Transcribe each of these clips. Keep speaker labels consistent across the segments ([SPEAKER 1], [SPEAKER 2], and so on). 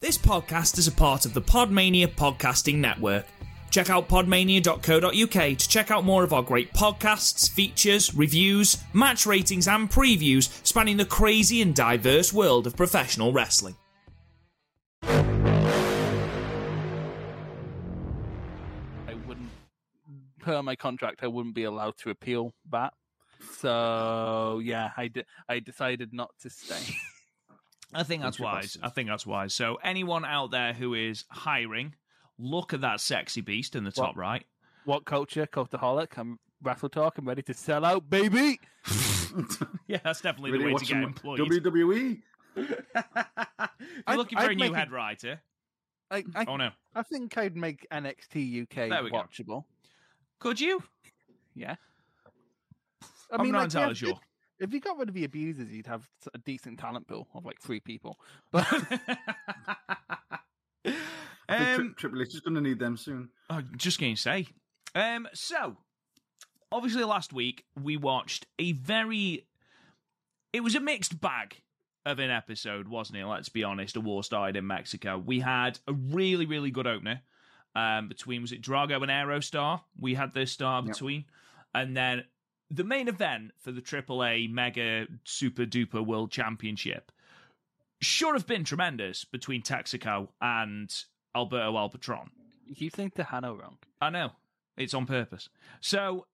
[SPEAKER 1] This podcast is a part of the Podmania Podcasting Network. Check out podmania.co.uk to check out more of our great podcasts, features, reviews, match ratings, and previews spanning the crazy and diverse world of professional wrestling.
[SPEAKER 2] I wouldn't, per my contract, I wouldn't be allowed to appeal that. So yeah, I, de- I decided not to stay.
[SPEAKER 1] I think that's wise. I think that's wise. So anyone out there who is hiring, look at that sexy beast in the top
[SPEAKER 2] What?
[SPEAKER 1] right.
[SPEAKER 2] what culture, cultaholic? I'm Rattle Talk. I'm ready to sell out, baby.
[SPEAKER 1] Yeah, that's definitely the
[SPEAKER 3] Really
[SPEAKER 1] way to
[SPEAKER 3] watching
[SPEAKER 1] get employed.
[SPEAKER 3] WWE.
[SPEAKER 1] If You're looking for a new head writer.
[SPEAKER 2] I, I,
[SPEAKER 1] Oh no,
[SPEAKER 2] I think I'd make NXT UK
[SPEAKER 1] There we go.
[SPEAKER 2] watchable.
[SPEAKER 1] could you?
[SPEAKER 2] I
[SPEAKER 1] I'm not
[SPEAKER 2] like, yeah,
[SPEAKER 1] entirely
[SPEAKER 2] if-
[SPEAKER 1] sure.
[SPEAKER 2] If you got rid of the abusers, you'd have a decent talent pool of like three people. But
[SPEAKER 3] Tri-
[SPEAKER 1] um,
[SPEAKER 3] Triple H is going to need them soon.
[SPEAKER 1] I'm Oh, just going to say. Um, so, obviously, last week we watched a very. It was a mixed bag of an episode, wasn't it? Let's be honest. A war started in Mexico. We had a really, really good opener um, between, was it Drago and Aerostar? We had this star
[SPEAKER 3] Yep.
[SPEAKER 1] between. And then the main event for the AAA Mega Super Duper World Championship should have been tremendous between Texaco and Alberto Alpatron.
[SPEAKER 2] you think the Hano wrong?
[SPEAKER 1] I know. It's on purpose. So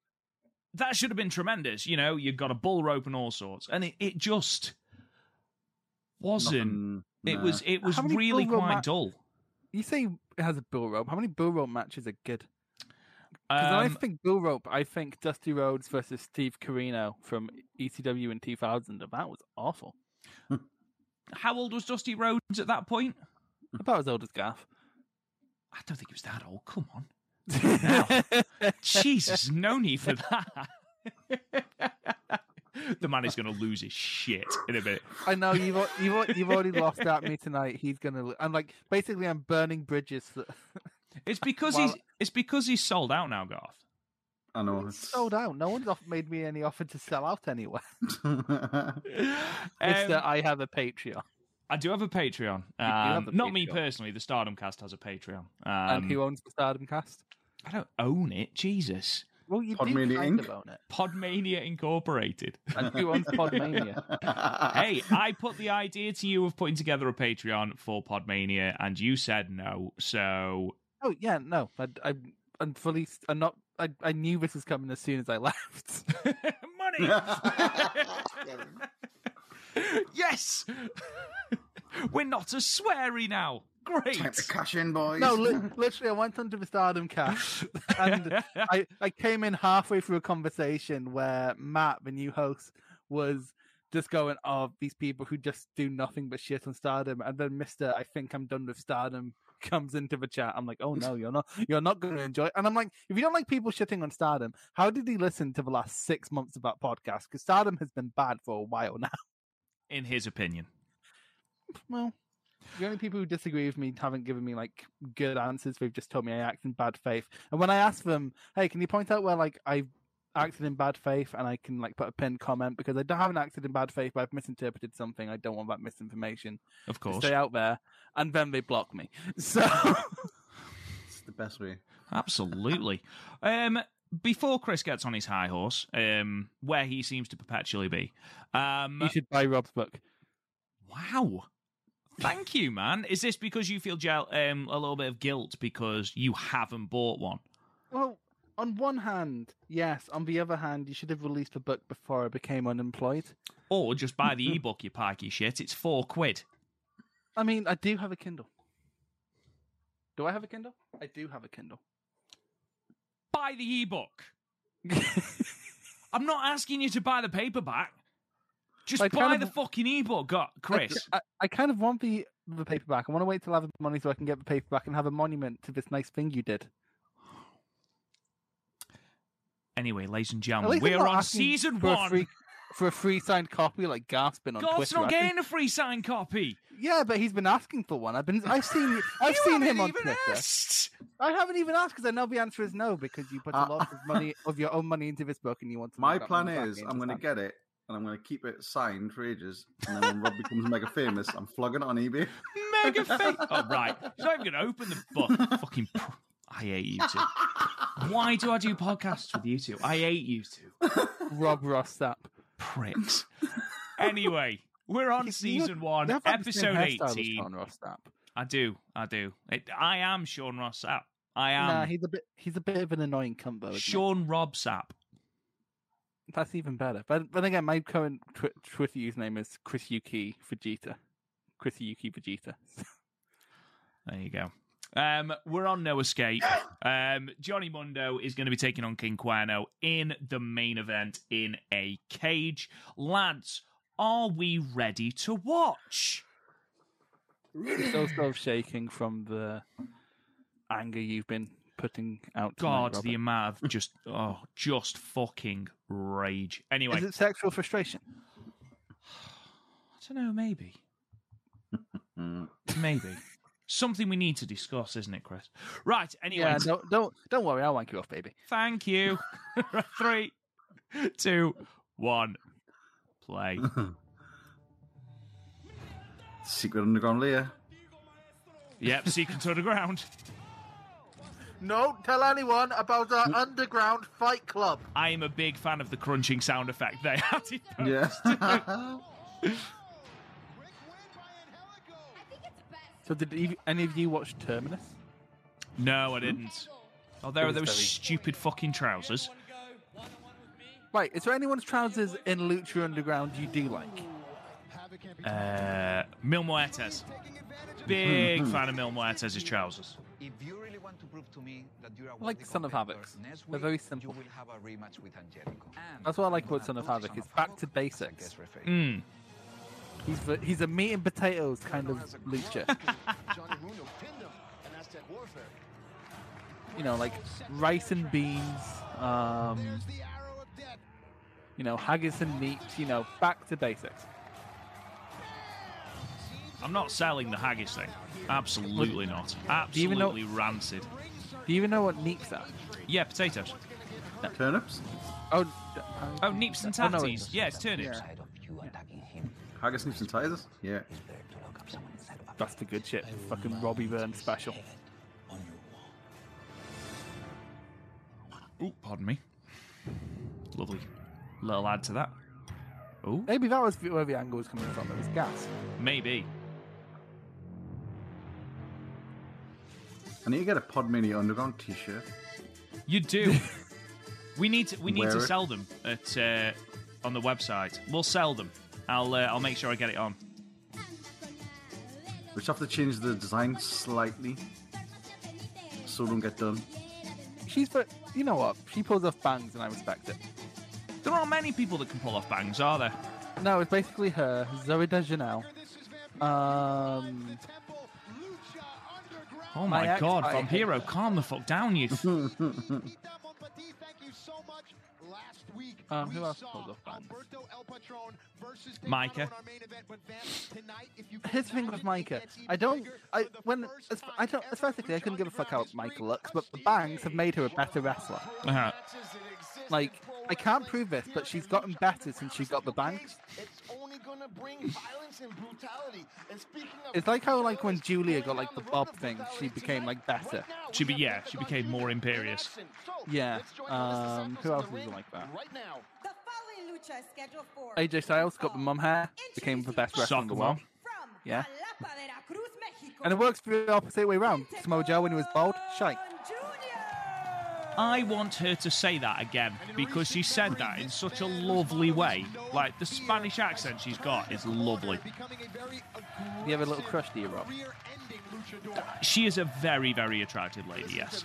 [SPEAKER 1] that should have been tremendous. You know, you've got a bull rope and all sorts. And it, it just wasn't.
[SPEAKER 3] Nothing-
[SPEAKER 1] It
[SPEAKER 3] nah.
[SPEAKER 1] was it was
[SPEAKER 2] How many
[SPEAKER 1] really
[SPEAKER 2] bull rope
[SPEAKER 1] quite
[SPEAKER 2] ma-
[SPEAKER 1] dull.
[SPEAKER 2] You say it has a bull rope. How many bull rope matches are good? Because I
[SPEAKER 1] Um,
[SPEAKER 2] think bull rope. I think Dusty Rhodes versus Steve Carino from ECW in 2000. and That was awful.
[SPEAKER 1] how old was Dusty Rhodes at that point?
[SPEAKER 2] About as old as Gaff.
[SPEAKER 1] I don't think he was that old. Come on. Jesus, no need for that. the man is going to lose his shit in a bit.
[SPEAKER 2] I know you've al- you've al- you've already lost at me tonight. He's gonna. lo- I'm like basically I'm burning bridges. That
[SPEAKER 1] It's because
[SPEAKER 2] Well-
[SPEAKER 1] he's it's because he's sold out now, Garth.
[SPEAKER 3] I know.
[SPEAKER 2] It's
[SPEAKER 3] it's-
[SPEAKER 2] sold out. No one's off- made me any offer to sell out anywhere.
[SPEAKER 1] Um,
[SPEAKER 2] it's that I have a Patreon,
[SPEAKER 1] I do have a Patreon.
[SPEAKER 2] do have
[SPEAKER 1] Um,
[SPEAKER 2] a
[SPEAKER 1] not me
[SPEAKER 2] Patreon.
[SPEAKER 1] personally. The Stardom Cast has a Patreon. Um,
[SPEAKER 2] and who owns the Stardom Cast?
[SPEAKER 1] I don't own it. Jesus.
[SPEAKER 2] Well, you do
[SPEAKER 3] Podmania
[SPEAKER 2] kind
[SPEAKER 3] Inc.
[SPEAKER 2] of own it.
[SPEAKER 1] Podmania Incorporated.
[SPEAKER 2] And who owns Podmania?
[SPEAKER 1] hey, I put the idea to you of putting together a Patreon for Podmania, and you said no. So
[SPEAKER 2] Oh yeah, no, I, I, I'm fully. s- I'm not. I, I knew this was coming as soon as I left.
[SPEAKER 1] money. yes. We're not as sweary now.
[SPEAKER 3] Time to
[SPEAKER 1] Great.
[SPEAKER 3] cash in, boys.
[SPEAKER 2] no, li- literally, I went onto the Stardom cast, and I, I came in halfway through a conversation where Matt, the new host, was just going, "Oh, these people who just do nothing but shit on Stardom," and then Mister, I think I'm done with Stardom, comes into the chat. I'm like, "Oh no, you're not. You're not going to enjoy." It. And I'm like, "If you don't like people shitting on Stardom, how did he listen to the last six months of that podcast? Because Stardom has been bad for a while now."
[SPEAKER 1] In his opinion.
[SPEAKER 2] Well, the only people who disagree with me haven't given me like good answers. They've just told me I act in bad faith. And when I ask them, "Hey, can you point out where like I acted in bad faith?" and I can like put a pinned comment because I don't, haven't acted in bad faith, but I've misinterpreted something. I don't want that misinformation
[SPEAKER 1] Of
[SPEAKER 2] to
[SPEAKER 1] course.
[SPEAKER 2] stay out there. And then they block me. So
[SPEAKER 3] It's the best way.
[SPEAKER 1] Absolutely. um, before Chris gets on his high horse, um, where he seems to perpetually be. Um,
[SPEAKER 2] you should buy Rob's book.
[SPEAKER 1] wow. Thank you, man. Is this because you feel gel- um, a little bit of guilt because you haven't bought one?
[SPEAKER 2] Well, on one hand, yes. On the other hand, you should have released the book before I became unemployed.
[SPEAKER 1] Or just buy the ebook, you pikey shit. It's four quid.
[SPEAKER 2] I mean, I do have a Kindle. Do I have a Kindle? I do have a Kindle.
[SPEAKER 1] Buy the ebook. I'm not asking you to buy the paperback. Just
[SPEAKER 2] I
[SPEAKER 1] buy
[SPEAKER 2] kind
[SPEAKER 1] the
[SPEAKER 2] of- uh,
[SPEAKER 1] fucking ebook, Go- Chris.
[SPEAKER 2] I, I kind of want the, the paperback. I want to wait till I have the money so I can get the paperback and have a monument to this nice thing you did.
[SPEAKER 1] Anyway, ladies and
[SPEAKER 2] At
[SPEAKER 1] gentlemen,
[SPEAKER 2] least I'm
[SPEAKER 1] we're
[SPEAKER 2] not
[SPEAKER 1] on
[SPEAKER 2] asking
[SPEAKER 1] season
[SPEAKER 2] for
[SPEAKER 1] one.
[SPEAKER 2] A free, for a free signed copy, like Garth's been on
[SPEAKER 1] God's
[SPEAKER 2] Twitter.
[SPEAKER 1] not
[SPEAKER 2] I've been-
[SPEAKER 1] getting a free signed copy.
[SPEAKER 2] Yeah, but he's been asking for one. I've been, I've seen, I've
[SPEAKER 1] You
[SPEAKER 2] seen
[SPEAKER 1] haven't
[SPEAKER 2] him on
[SPEAKER 1] even
[SPEAKER 2] Twitter.
[SPEAKER 1] asked.
[SPEAKER 2] I haven't even asked because I know the answer is no because you put a
[SPEAKER 3] Uh,
[SPEAKER 2] lot of money of your own money into this book and you want to.
[SPEAKER 3] My
[SPEAKER 2] make that
[SPEAKER 3] plan
[SPEAKER 2] money back, I
[SPEAKER 3] is I'm going to
[SPEAKER 2] understand.
[SPEAKER 3] get it and I'm going to keep it signed for ages. And then when Rob becomes mega famous, I'm flogging it on eBay.
[SPEAKER 1] mega face. Oh, right. He's not even going to open the book. Fucking. Pr- I hate you two. Why do I do podcasts with you two? I hate you two.
[SPEAKER 2] Rob Rossap.
[SPEAKER 1] Pricks. Anyway, we're on season one,
[SPEAKER 2] You have had the same
[SPEAKER 1] episode
[SPEAKER 2] hairstyle as
[SPEAKER 1] 18.
[SPEAKER 2] Sean Rossap.
[SPEAKER 1] I do. I do. It, I am Sean Ross Sapp. I am
[SPEAKER 2] nah, he's a bit he's a bit of an annoying cunt though. isn't he?
[SPEAKER 1] Sean Rob Sapp.
[SPEAKER 2] That's even better. But but again, my current twi- Twitter username is Chris Yuki Vegeta. Chris Yuki Vegeta.
[SPEAKER 1] There you go. Um, we're on No Escape. Um, Johnny Mundo is going to be taking on King Quano in the main event in a cage. Lads, are we ready to watch?
[SPEAKER 2] Still sort of shaking from the anger you've been putting out. tonight,
[SPEAKER 1] God, the
[SPEAKER 2] Robert.
[SPEAKER 1] amount of just oh, just fucking rage. Anyway,
[SPEAKER 2] is it sexual frustration?
[SPEAKER 1] I don't know. Maybe,
[SPEAKER 3] Mm.
[SPEAKER 1] maybe something we need to discuss, isn't it, Chris? Right. Anyway,
[SPEAKER 2] Yeah, don't don't don't worry, I'll wank you off, baby.
[SPEAKER 1] Thank you. Three, two, one, play.
[SPEAKER 3] Secret underground layer.
[SPEAKER 1] Yep, secret to the ground.
[SPEAKER 2] No, tell anyone about our underground fight club.
[SPEAKER 1] I am a big fan of the crunching sound effect they added.
[SPEAKER 3] Yeah.
[SPEAKER 2] So did you, any of you watch Terminus?
[SPEAKER 1] No, I didn't. Oh, there are
[SPEAKER 2] was
[SPEAKER 1] those
[SPEAKER 2] very-
[SPEAKER 1] stupid fucking trousers.
[SPEAKER 2] Right, is there anyone's trousers in Lucha Underground you do like?
[SPEAKER 1] Uh, Mil Muertes.
[SPEAKER 2] Hmm.
[SPEAKER 1] Big fan of Mil Muertes' trousers.
[SPEAKER 4] If you really want to prove to me that you're a
[SPEAKER 2] Like
[SPEAKER 4] worthy
[SPEAKER 2] Son of
[SPEAKER 4] competitor,
[SPEAKER 2] Havoc's.
[SPEAKER 4] next
[SPEAKER 2] They're very
[SPEAKER 4] week
[SPEAKER 2] simple.
[SPEAKER 4] You will have a rematch with Angelico.
[SPEAKER 2] That's what I like about Son of Havoc, it's back to basics.
[SPEAKER 1] Mm.
[SPEAKER 2] He's the, he's a meat and potatoes kind of lucha. You know, like rice and beans, um, you know, haggis and meat, you know, back to basics.
[SPEAKER 1] I'm not selling the haggis thing. Absolutely not.
[SPEAKER 2] you even know-
[SPEAKER 1] Absolutely rancid.
[SPEAKER 2] Do you even know what neeps are?
[SPEAKER 1] Yeah, potatoes.
[SPEAKER 3] Turnips.
[SPEAKER 2] Oh, d- uh,
[SPEAKER 1] Oh, neeps and
[SPEAKER 2] Oh, no,
[SPEAKER 1] tatties.
[SPEAKER 2] it's-
[SPEAKER 1] Yeah, it's turnips.
[SPEAKER 4] Side of you attacking him
[SPEAKER 3] Haggis, snips and tigers. Yeah.
[SPEAKER 4] is there to lock up someone inside of a
[SPEAKER 2] that's the good shit. Fucking Robbie Byrne special.
[SPEAKER 4] on your
[SPEAKER 1] Oh,
[SPEAKER 4] wall.
[SPEAKER 1] pardon me. Lovely. Little add to that. Oh,
[SPEAKER 2] Maybe that was where the angle was coming from. It was gas.
[SPEAKER 1] maybe.
[SPEAKER 3] I need to get a Pod Mini Underground T-shirt.
[SPEAKER 1] You do. we need to. We need to
[SPEAKER 3] Wear it.
[SPEAKER 1] sell them at uh, on the website. We'll sell them. I'll. Uh, I'll make sure I get it on.
[SPEAKER 3] We just have to change the design slightly, so it don't get done.
[SPEAKER 2] She's, but you know what? She pulls off bangs, and I respect it.
[SPEAKER 1] There aren't many people that can pull off bangs, are there?
[SPEAKER 2] No, it's basically her, Zoe Dejanel. Um,
[SPEAKER 1] Oh
[SPEAKER 2] My
[SPEAKER 1] my,
[SPEAKER 2] ex-
[SPEAKER 1] god,
[SPEAKER 2] I-
[SPEAKER 1] from Hero, calm the fuck down, you.
[SPEAKER 2] Um, who else pulled off bangs?
[SPEAKER 1] Micah.
[SPEAKER 2] Here's the thing with Micah. I don't. I when as, I don't. Aesthetically, I couldn't give a fuck how Micah looks, but the bangs have made her a better wrestler.
[SPEAKER 1] Uh-huh.
[SPEAKER 2] Like I can't prove this, but she's gotten better since she got the bangs.
[SPEAKER 5] It's only gonna bring violence and brutality. And speaking of
[SPEAKER 2] It's like how like when Julia got like the bob thing, she became like better.
[SPEAKER 1] She be- yeah, she became more imperious.
[SPEAKER 2] Yeah, um, who else isn't like that?
[SPEAKER 5] Right now.
[SPEAKER 6] The following lucha is scheduled for
[SPEAKER 2] AJ Styles got the mum hair, became the best wrestler in the
[SPEAKER 1] Soccer
[SPEAKER 2] world,
[SPEAKER 1] mom.
[SPEAKER 6] from
[SPEAKER 2] Yeah.
[SPEAKER 6] Jalapa, Veracruz, Mexico.
[SPEAKER 2] and it works the opposite way round. Samoa Joe when he was bald, shite.
[SPEAKER 6] Junior.
[SPEAKER 1] I want her to say that again because she said that in such a lovely way. Like the Spanish accent she's got is lovely.
[SPEAKER 2] You have a little crush, do you, Rob?
[SPEAKER 1] She is a very, very attractive lady. Yes.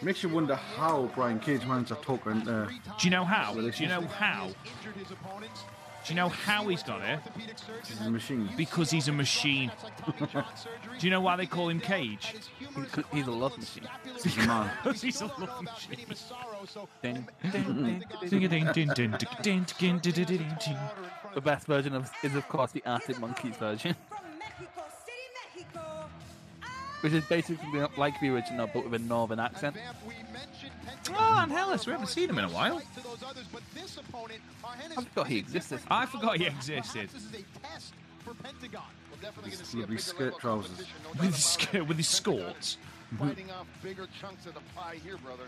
[SPEAKER 5] Makes you wonder how Brian Cage managed to talk uh, her into. Do
[SPEAKER 1] Do you know how? Do you know how?
[SPEAKER 5] Do you know how he's got it?
[SPEAKER 3] He's a machine.
[SPEAKER 5] Because he's a machine.
[SPEAKER 1] Do you know why they call him Cage?
[SPEAKER 2] Because he's a love machine.
[SPEAKER 3] He's a man.
[SPEAKER 1] Because he's a love machine.
[SPEAKER 2] Ding, The
[SPEAKER 5] The
[SPEAKER 2] best version of is of course the Arctic Monkeys version,
[SPEAKER 6] From Mexico City, Mexico.
[SPEAKER 2] which is basically like the original but with a northern accent.
[SPEAKER 1] Ah, and Hellas, we haven't seen him in a while.
[SPEAKER 5] I
[SPEAKER 2] forgot he existed.
[SPEAKER 1] I forgot he existed.
[SPEAKER 5] Octagon. We're definitely
[SPEAKER 3] These
[SPEAKER 5] gonna see a
[SPEAKER 3] lovely
[SPEAKER 5] bigger
[SPEAKER 3] skirt
[SPEAKER 5] level of
[SPEAKER 3] trousers.
[SPEAKER 5] competition, no doubt
[SPEAKER 1] With his
[SPEAKER 5] about it.
[SPEAKER 1] skirt- with his
[SPEAKER 5] Pentagon
[SPEAKER 1] scorts.
[SPEAKER 5] is Biting off bigger chunks of the pie here, brother.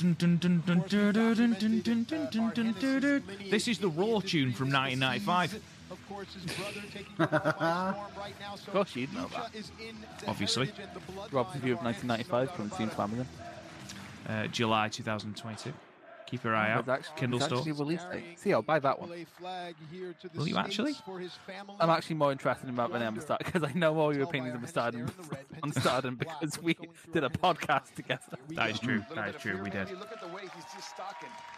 [SPEAKER 5] uh,
[SPEAKER 1] This is the Raw tune from 1995.
[SPEAKER 2] Of course you'd know that.
[SPEAKER 1] Obviously.
[SPEAKER 2] Rob's view of 1995 from Seems Family.
[SPEAKER 1] Uh, July 2022. Keep your eye
[SPEAKER 2] It's
[SPEAKER 1] out.
[SPEAKER 2] actually,
[SPEAKER 1] Kindle
[SPEAKER 2] it's
[SPEAKER 1] store.
[SPEAKER 2] actually released it. See, I'll buy that one.
[SPEAKER 1] Will you actually?
[SPEAKER 2] I'm actually more interested in Matt Van Emmer because I know all your opinions on Stardom, on Stardom because we did a podcast together.
[SPEAKER 1] That is true. That is true. We did.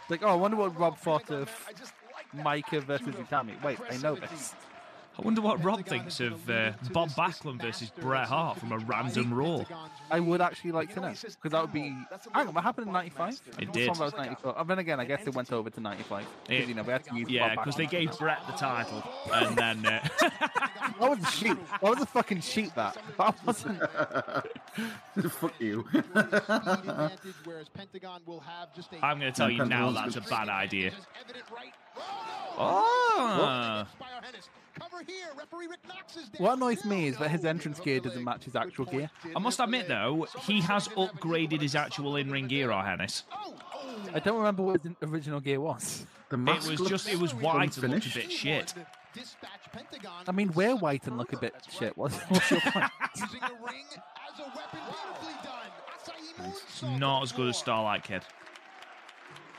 [SPEAKER 2] Like, oh, I wonder what Rob thought of Micah versus Utami. Wait, I know this.
[SPEAKER 1] I wonder what Rob thinks of uh, Bob Backlund versus Bret Hart from a random Raw.
[SPEAKER 2] I would actually like to know because that would be. Hang on, what happened in '95?
[SPEAKER 1] It did.
[SPEAKER 2] That was 94. And then again, I guess it went over to '95
[SPEAKER 1] It-
[SPEAKER 2] because you know we had to use.
[SPEAKER 1] Yeah,
[SPEAKER 2] Bob
[SPEAKER 1] because they
[SPEAKER 2] Backlund.
[SPEAKER 1] gave Brett the title, and then uh,
[SPEAKER 2] That was a sheep. That was a fucking sheep. That. That wasn't.
[SPEAKER 3] Fuck you.
[SPEAKER 1] I'm going to tell you now that's a bad idea. Oh,
[SPEAKER 2] What annoys me is that his entrance gear doesn't match his actual gear.
[SPEAKER 1] I must admit though, he has upgraded his actual in-ring gear, our Hennis.
[SPEAKER 2] I don't remember what his original gear was.
[SPEAKER 3] The
[SPEAKER 1] It
[SPEAKER 3] mask
[SPEAKER 1] was
[SPEAKER 3] looks
[SPEAKER 1] just it was white and looked a
[SPEAKER 3] unfinished.
[SPEAKER 1] bit shit.
[SPEAKER 2] I mean, we're white and look a bit shit. What's, what's your point?
[SPEAKER 5] Using the ring as a weapon. Beautifully done. Asahi moonsault
[SPEAKER 1] Not
[SPEAKER 5] to
[SPEAKER 1] as good as
[SPEAKER 5] the floor.
[SPEAKER 1] Starlight Kid.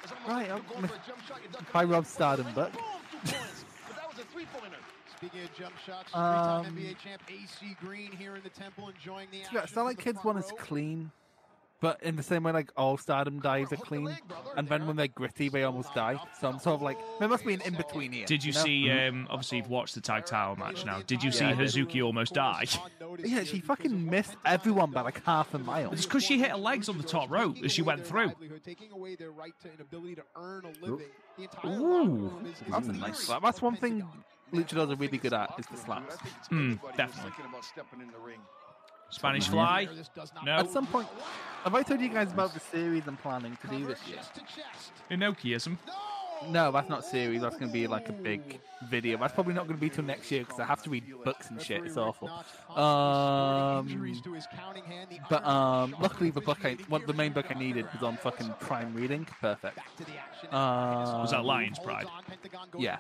[SPEAKER 5] It's almost
[SPEAKER 2] Right,
[SPEAKER 5] like you're
[SPEAKER 2] I'm-
[SPEAKER 5] going for a jump shot, you duck
[SPEAKER 2] Hi,
[SPEAKER 5] under
[SPEAKER 2] Rob
[SPEAKER 5] the
[SPEAKER 2] Stardom,
[SPEAKER 5] ring,
[SPEAKER 2] Buck.
[SPEAKER 5] boom, two points. But that was a three-pointer. Speaking of jump shots, three-time
[SPEAKER 2] Um,
[SPEAKER 5] NBA champ AC Green here in the temple enjoying the
[SPEAKER 2] Yeah,
[SPEAKER 5] action
[SPEAKER 2] Starlight
[SPEAKER 5] from the
[SPEAKER 2] Kids
[SPEAKER 5] front
[SPEAKER 2] one is
[SPEAKER 5] row.
[SPEAKER 2] clean, but in the same way, like all Stardom dives are clean, and then when they're gritty, they almost die. So I'm sort of like, there must be an in between here.
[SPEAKER 1] Did you
[SPEAKER 2] know?
[SPEAKER 1] see? Um, obviously, you've watched the tag title match now. Did you see
[SPEAKER 2] Mm-hmm. Yeah, I did.
[SPEAKER 1] Hazuki almost die?
[SPEAKER 2] Yeah, she fucking missed everyone by like half a mile.
[SPEAKER 1] It's because she hit her legs on the top rope as she went through.
[SPEAKER 5] Ooh,
[SPEAKER 2] That's a nice slap. That's one thing luchadors are really good at is the slaps.
[SPEAKER 1] Mm, definitely. Spanish Fly. No.
[SPEAKER 2] At some point, have I told you guys about the series I'm planning to do this year?
[SPEAKER 1] Inokiism.
[SPEAKER 2] No, that's not series. That's going to be like a big video. That's probably not going to be till next year because I have to read books and shit. It's awful. Um, but um, luckily the book I, what the main book I needed was on fucking Prime Reading. Perfect. Um,
[SPEAKER 1] Was that Lion's Pride?
[SPEAKER 2] Yeah.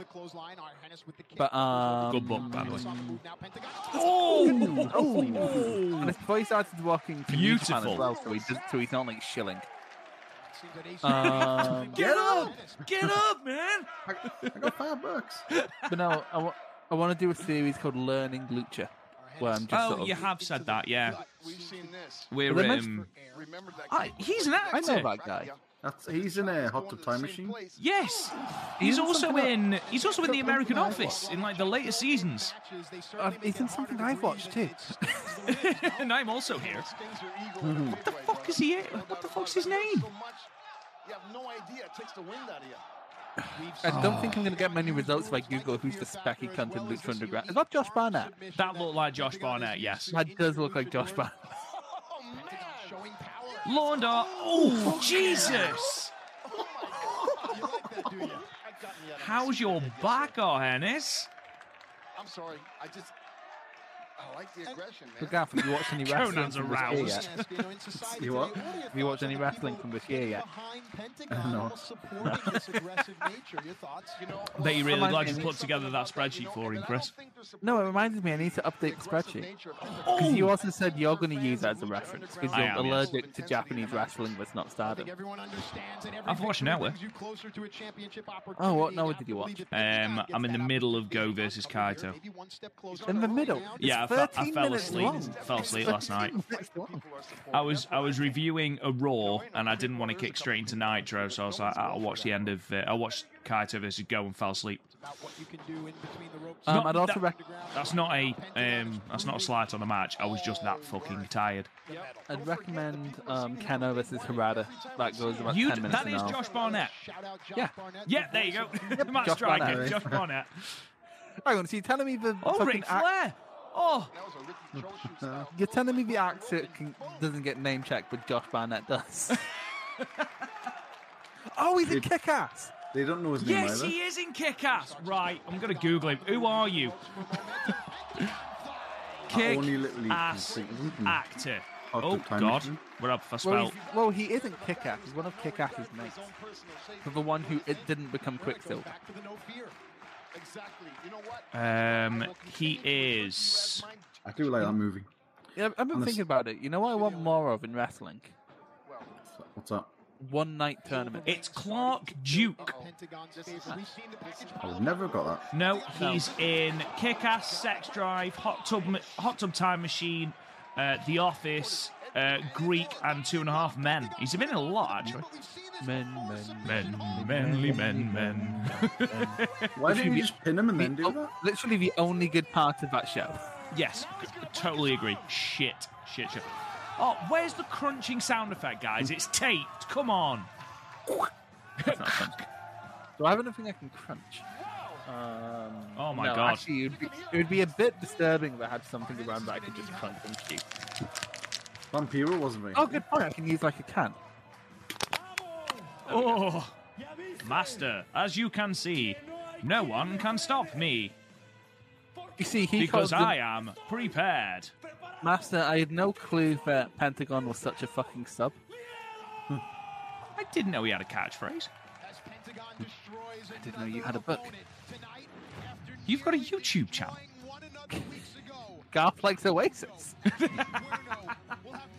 [SPEAKER 2] But um,
[SPEAKER 1] Good book, by the way.
[SPEAKER 2] Oh,
[SPEAKER 1] Oh!
[SPEAKER 2] and his boy started walking to New Japan
[SPEAKER 1] Beautiful.
[SPEAKER 2] as well, so he does, so he's not like shilling. Um,
[SPEAKER 1] Get up! Get up, man!
[SPEAKER 3] I, I got five bucks.
[SPEAKER 2] but no, I want to do a series called Learning Lucha, where I'm just sort
[SPEAKER 1] Oh,
[SPEAKER 2] of,
[SPEAKER 1] you have said that, yeah.
[SPEAKER 5] We've seen this.
[SPEAKER 1] We're
[SPEAKER 2] Well, they
[SPEAKER 1] um,
[SPEAKER 5] Remember that.
[SPEAKER 1] I, he's an
[SPEAKER 2] I know
[SPEAKER 1] actor.
[SPEAKER 2] that guy.
[SPEAKER 3] That's, he's in a hot tub time machine.
[SPEAKER 1] Yes, he's
[SPEAKER 2] Isn't
[SPEAKER 1] also
[SPEAKER 2] something
[SPEAKER 1] in. He's also in the
[SPEAKER 3] something
[SPEAKER 1] American
[SPEAKER 3] like-
[SPEAKER 1] Office in like the later seasons.
[SPEAKER 2] Uh, it's in something I've watched too.
[SPEAKER 1] and I'm also here.
[SPEAKER 5] Mm-hmm.
[SPEAKER 1] What the fuck is he? What the fuck's his name?
[SPEAKER 5] You have no idea. It takes the wind out of you.
[SPEAKER 2] I don't think I'm going to get
[SPEAKER 5] Ah.
[SPEAKER 2] many results if I Google who's the specky cunt in Lucha Underground. Is that Josh Barnett?
[SPEAKER 1] That looked like Josh Barnett. Yes.
[SPEAKER 2] That does look like Josh Barnett.
[SPEAKER 1] Launder. Oh Jesus! How's your back, Arhennis?
[SPEAKER 5] I'm sorry. I just. I like the aggression,
[SPEAKER 2] Look out, have you watched any wrestling
[SPEAKER 1] Conan's
[SPEAKER 2] from this year
[SPEAKER 1] aroused.
[SPEAKER 2] yet?
[SPEAKER 3] You what?
[SPEAKER 2] Have you watched any wrestling from this year yet?
[SPEAKER 3] No.
[SPEAKER 1] Bet you really
[SPEAKER 2] Reminds
[SPEAKER 1] glad
[SPEAKER 2] me-
[SPEAKER 1] you put together that spreadsheet for him, Chris.
[SPEAKER 2] No, it reminded me I need to update the spreadsheet. Because you also said you're going to use that as a reference because
[SPEAKER 1] I
[SPEAKER 2] you're
[SPEAKER 1] am, yes.
[SPEAKER 2] allergic to Japanese wrestling that's not stardom.
[SPEAKER 1] I've watched an hour.
[SPEAKER 2] Oh, what now did you watch?
[SPEAKER 1] Um, I'm in the middle of Go versus Kaito.
[SPEAKER 2] In the middle. It's
[SPEAKER 1] Yeah, I fe- I
[SPEAKER 2] 13
[SPEAKER 1] fell
[SPEAKER 2] minutes
[SPEAKER 1] asleep-
[SPEAKER 2] long.
[SPEAKER 1] fell
[SPEAKER 2] It's
[SPEAKER 1] asleep last
[SPEAKER 2] 13
[SPEAKER 1] night.
[SPEAKER 2] minutes long.
[SPEAKER 1] I was I was reviewing a Raw and I didn't want to kick straight into Nitro, so I was like, I'll watch the end of uh, I watched Kaito versus Go and fell asleep.
[SPEAKER 2] Um,
[SPEAKER 1] Not
[SPEAKER 2] I'd also
[SPEAKER 1] that-
[SPEAKER 2] rec-
[SPEAKER 1] That's not a um, that's not a slight on the match. I was just that fucking tired.
[SPEAKER 2] I'd recommend um, Kano versus Harada. That goes about
[SPEAKER 1] You
[SPEAKER 2] 10 minutes
[SPEAKER 1] that
[SPEAKER 2] an
[SPEAKER 1] is
[SPEAKER 2] hour.
[SPEAKER 1] Josh Barnett.
[SPEAKER 2] Yeah.
[SPEAKER 1] Yeah, there you go. Matt
[SPEAKER 2] Josh
[SPEAKER 1] Striker,
[SPEAKER 2] Barnett.
[SPEAKER 1] Josh Barnett.
[SPEAKER 2] Hang on, so you're telling me the
[SPEAKER 1] Oh,
[SPEAKER 2] fucking
[SPEAKER 1] Ric
[SPEAKER 2] act-
[SPEAKER 1] Flair. Oh,
[SPEAKER 2] You're telling me the actor can, doesn't get name checked, but Josh Barnett does. oh, he's a
[SPEAKER 3] Did-
[SPEAKER 2] kick ass.
[SPEAKER 3] They don't know his name
[SPEAKER 1] Yes,
[SPEAKER 3] either.
[SPEAKER 1] he is in Kick Ass. Right, I'm going to Google him. Who are you? Kick
[SPEAKER 3] only literally
[SPEAKER 1] Ass
[SPEAKER 3] think- Mhm.
[SPEAKER 1] actor.
[SPEAKER 3] Out
[SPEAKER 1] Oh,
[SPEAKER 3] of time
[SPEAKER 1] God.
[SPEAKER 3] machine.
[SPEAKER 1] We're up for
[SPEAKER 2] Well,
[SPEAKER 1] spell.
[SPEAKER 2] he's- well, he isn't Kick-Ass. He's one of Kick-Ass's mates. So the one who it didn't become Quicksilver.
[SPEAKER 5] Back to the no fear. Exactly. You know what?
[SPEAKER 1] Um,
[SPEAKER 5] I will
[SPEAKER 1] he
[SPEAKER 5] continue to refer to you
[SPEAKER 1] is.
[SPEAKER 5] as my-
[SPEAKER 3] I do like that movie.
[SPEAKER 2] Yeah, I've been
[SPEAKER 3] Honest-
[SPEAKER 2] thinking about it. You know what I want more of in wrestling?
[SPEAKER 3] What's up?
[SPEAKER 2] One night tournament.
[SPEAKER 1] It's Clark Duke.
[SPEAKER 5] Pentagon's favor. We've seen the package
[SPEAKER 3] I've
[SPEAKER 5] piled
[SPEAKER 3] never got that.
[SPEAKER 1] No, he's in Kick Ass, Sex Drive, Hot Tub, Ma- Hot Tub Time Machine, uh, The Office, uh, Greek, and Two and a Half Men. He's been in a lot, actually.
[SPEAKER 5] up. We've seen this
[SPEAKER 2] Men,
[SPEAKER 5] before.
[SPEAKER 2] men,
[SPEAKER 5] Submission
[SPEAKER 1] Men,
[SPEAKER 5] only.
[SPEAKER 1] manly men, men.
[SPEAKER 3] Why didn't
[SPEAKER 2] be-
[SPEAKER 3] you just pin him and then do
[SPEAKER 2] Oh,
[SPEAKER 3] that?
[SPEAKER 2] literally the only good part of that show.
[SPEAKER 1] Yes, g- totally agree. Shit, shit, shit. Oh, where's the crunching sound effect, guys? It's taped. Come on.
[SPEAKER 2] Do I have anything I can crunch?
[SPEAKER 1] Oh my
[SPEAKER 2] no,
[SPEAKER 1] god.
[SPEAKER 2] Actually, it would, be, it would be a bit disturbing if I had something around that I could just crunch and chew.
[SPEAKER 3] Vampiro wasn't very.
[SPEAKER 2] Oh, good point. I can use like a can.
[SPEAKER 1] oh, master, as you can see, no one can stop me
[SPEAKER 2] You see, he
[SPEAKER 1] because
[SPEAKER 2] calls them-
[SPEAKER 1] I am prepared.
[SPEAKER 2] Master, I had no clue that Pentagon was such a fucking sub.
[SPEAKER 1] I didn't know he had a catchphrase.
[SPEAKER 5] As Pentagon destroys I
[SPEAKER 2] didn't know you had a book.
[SPEAKER 5] Tonight, after
[SPEAKER 1] You've got a
[SPEAKER 5] nearly
[SPEAKER 1] YouTube channel.
[SPEAKER 5] destroying one another weeks ago,
[SPEAKER 2] Garth likes Oasis.
[SPEAKER 5] Cuerno will have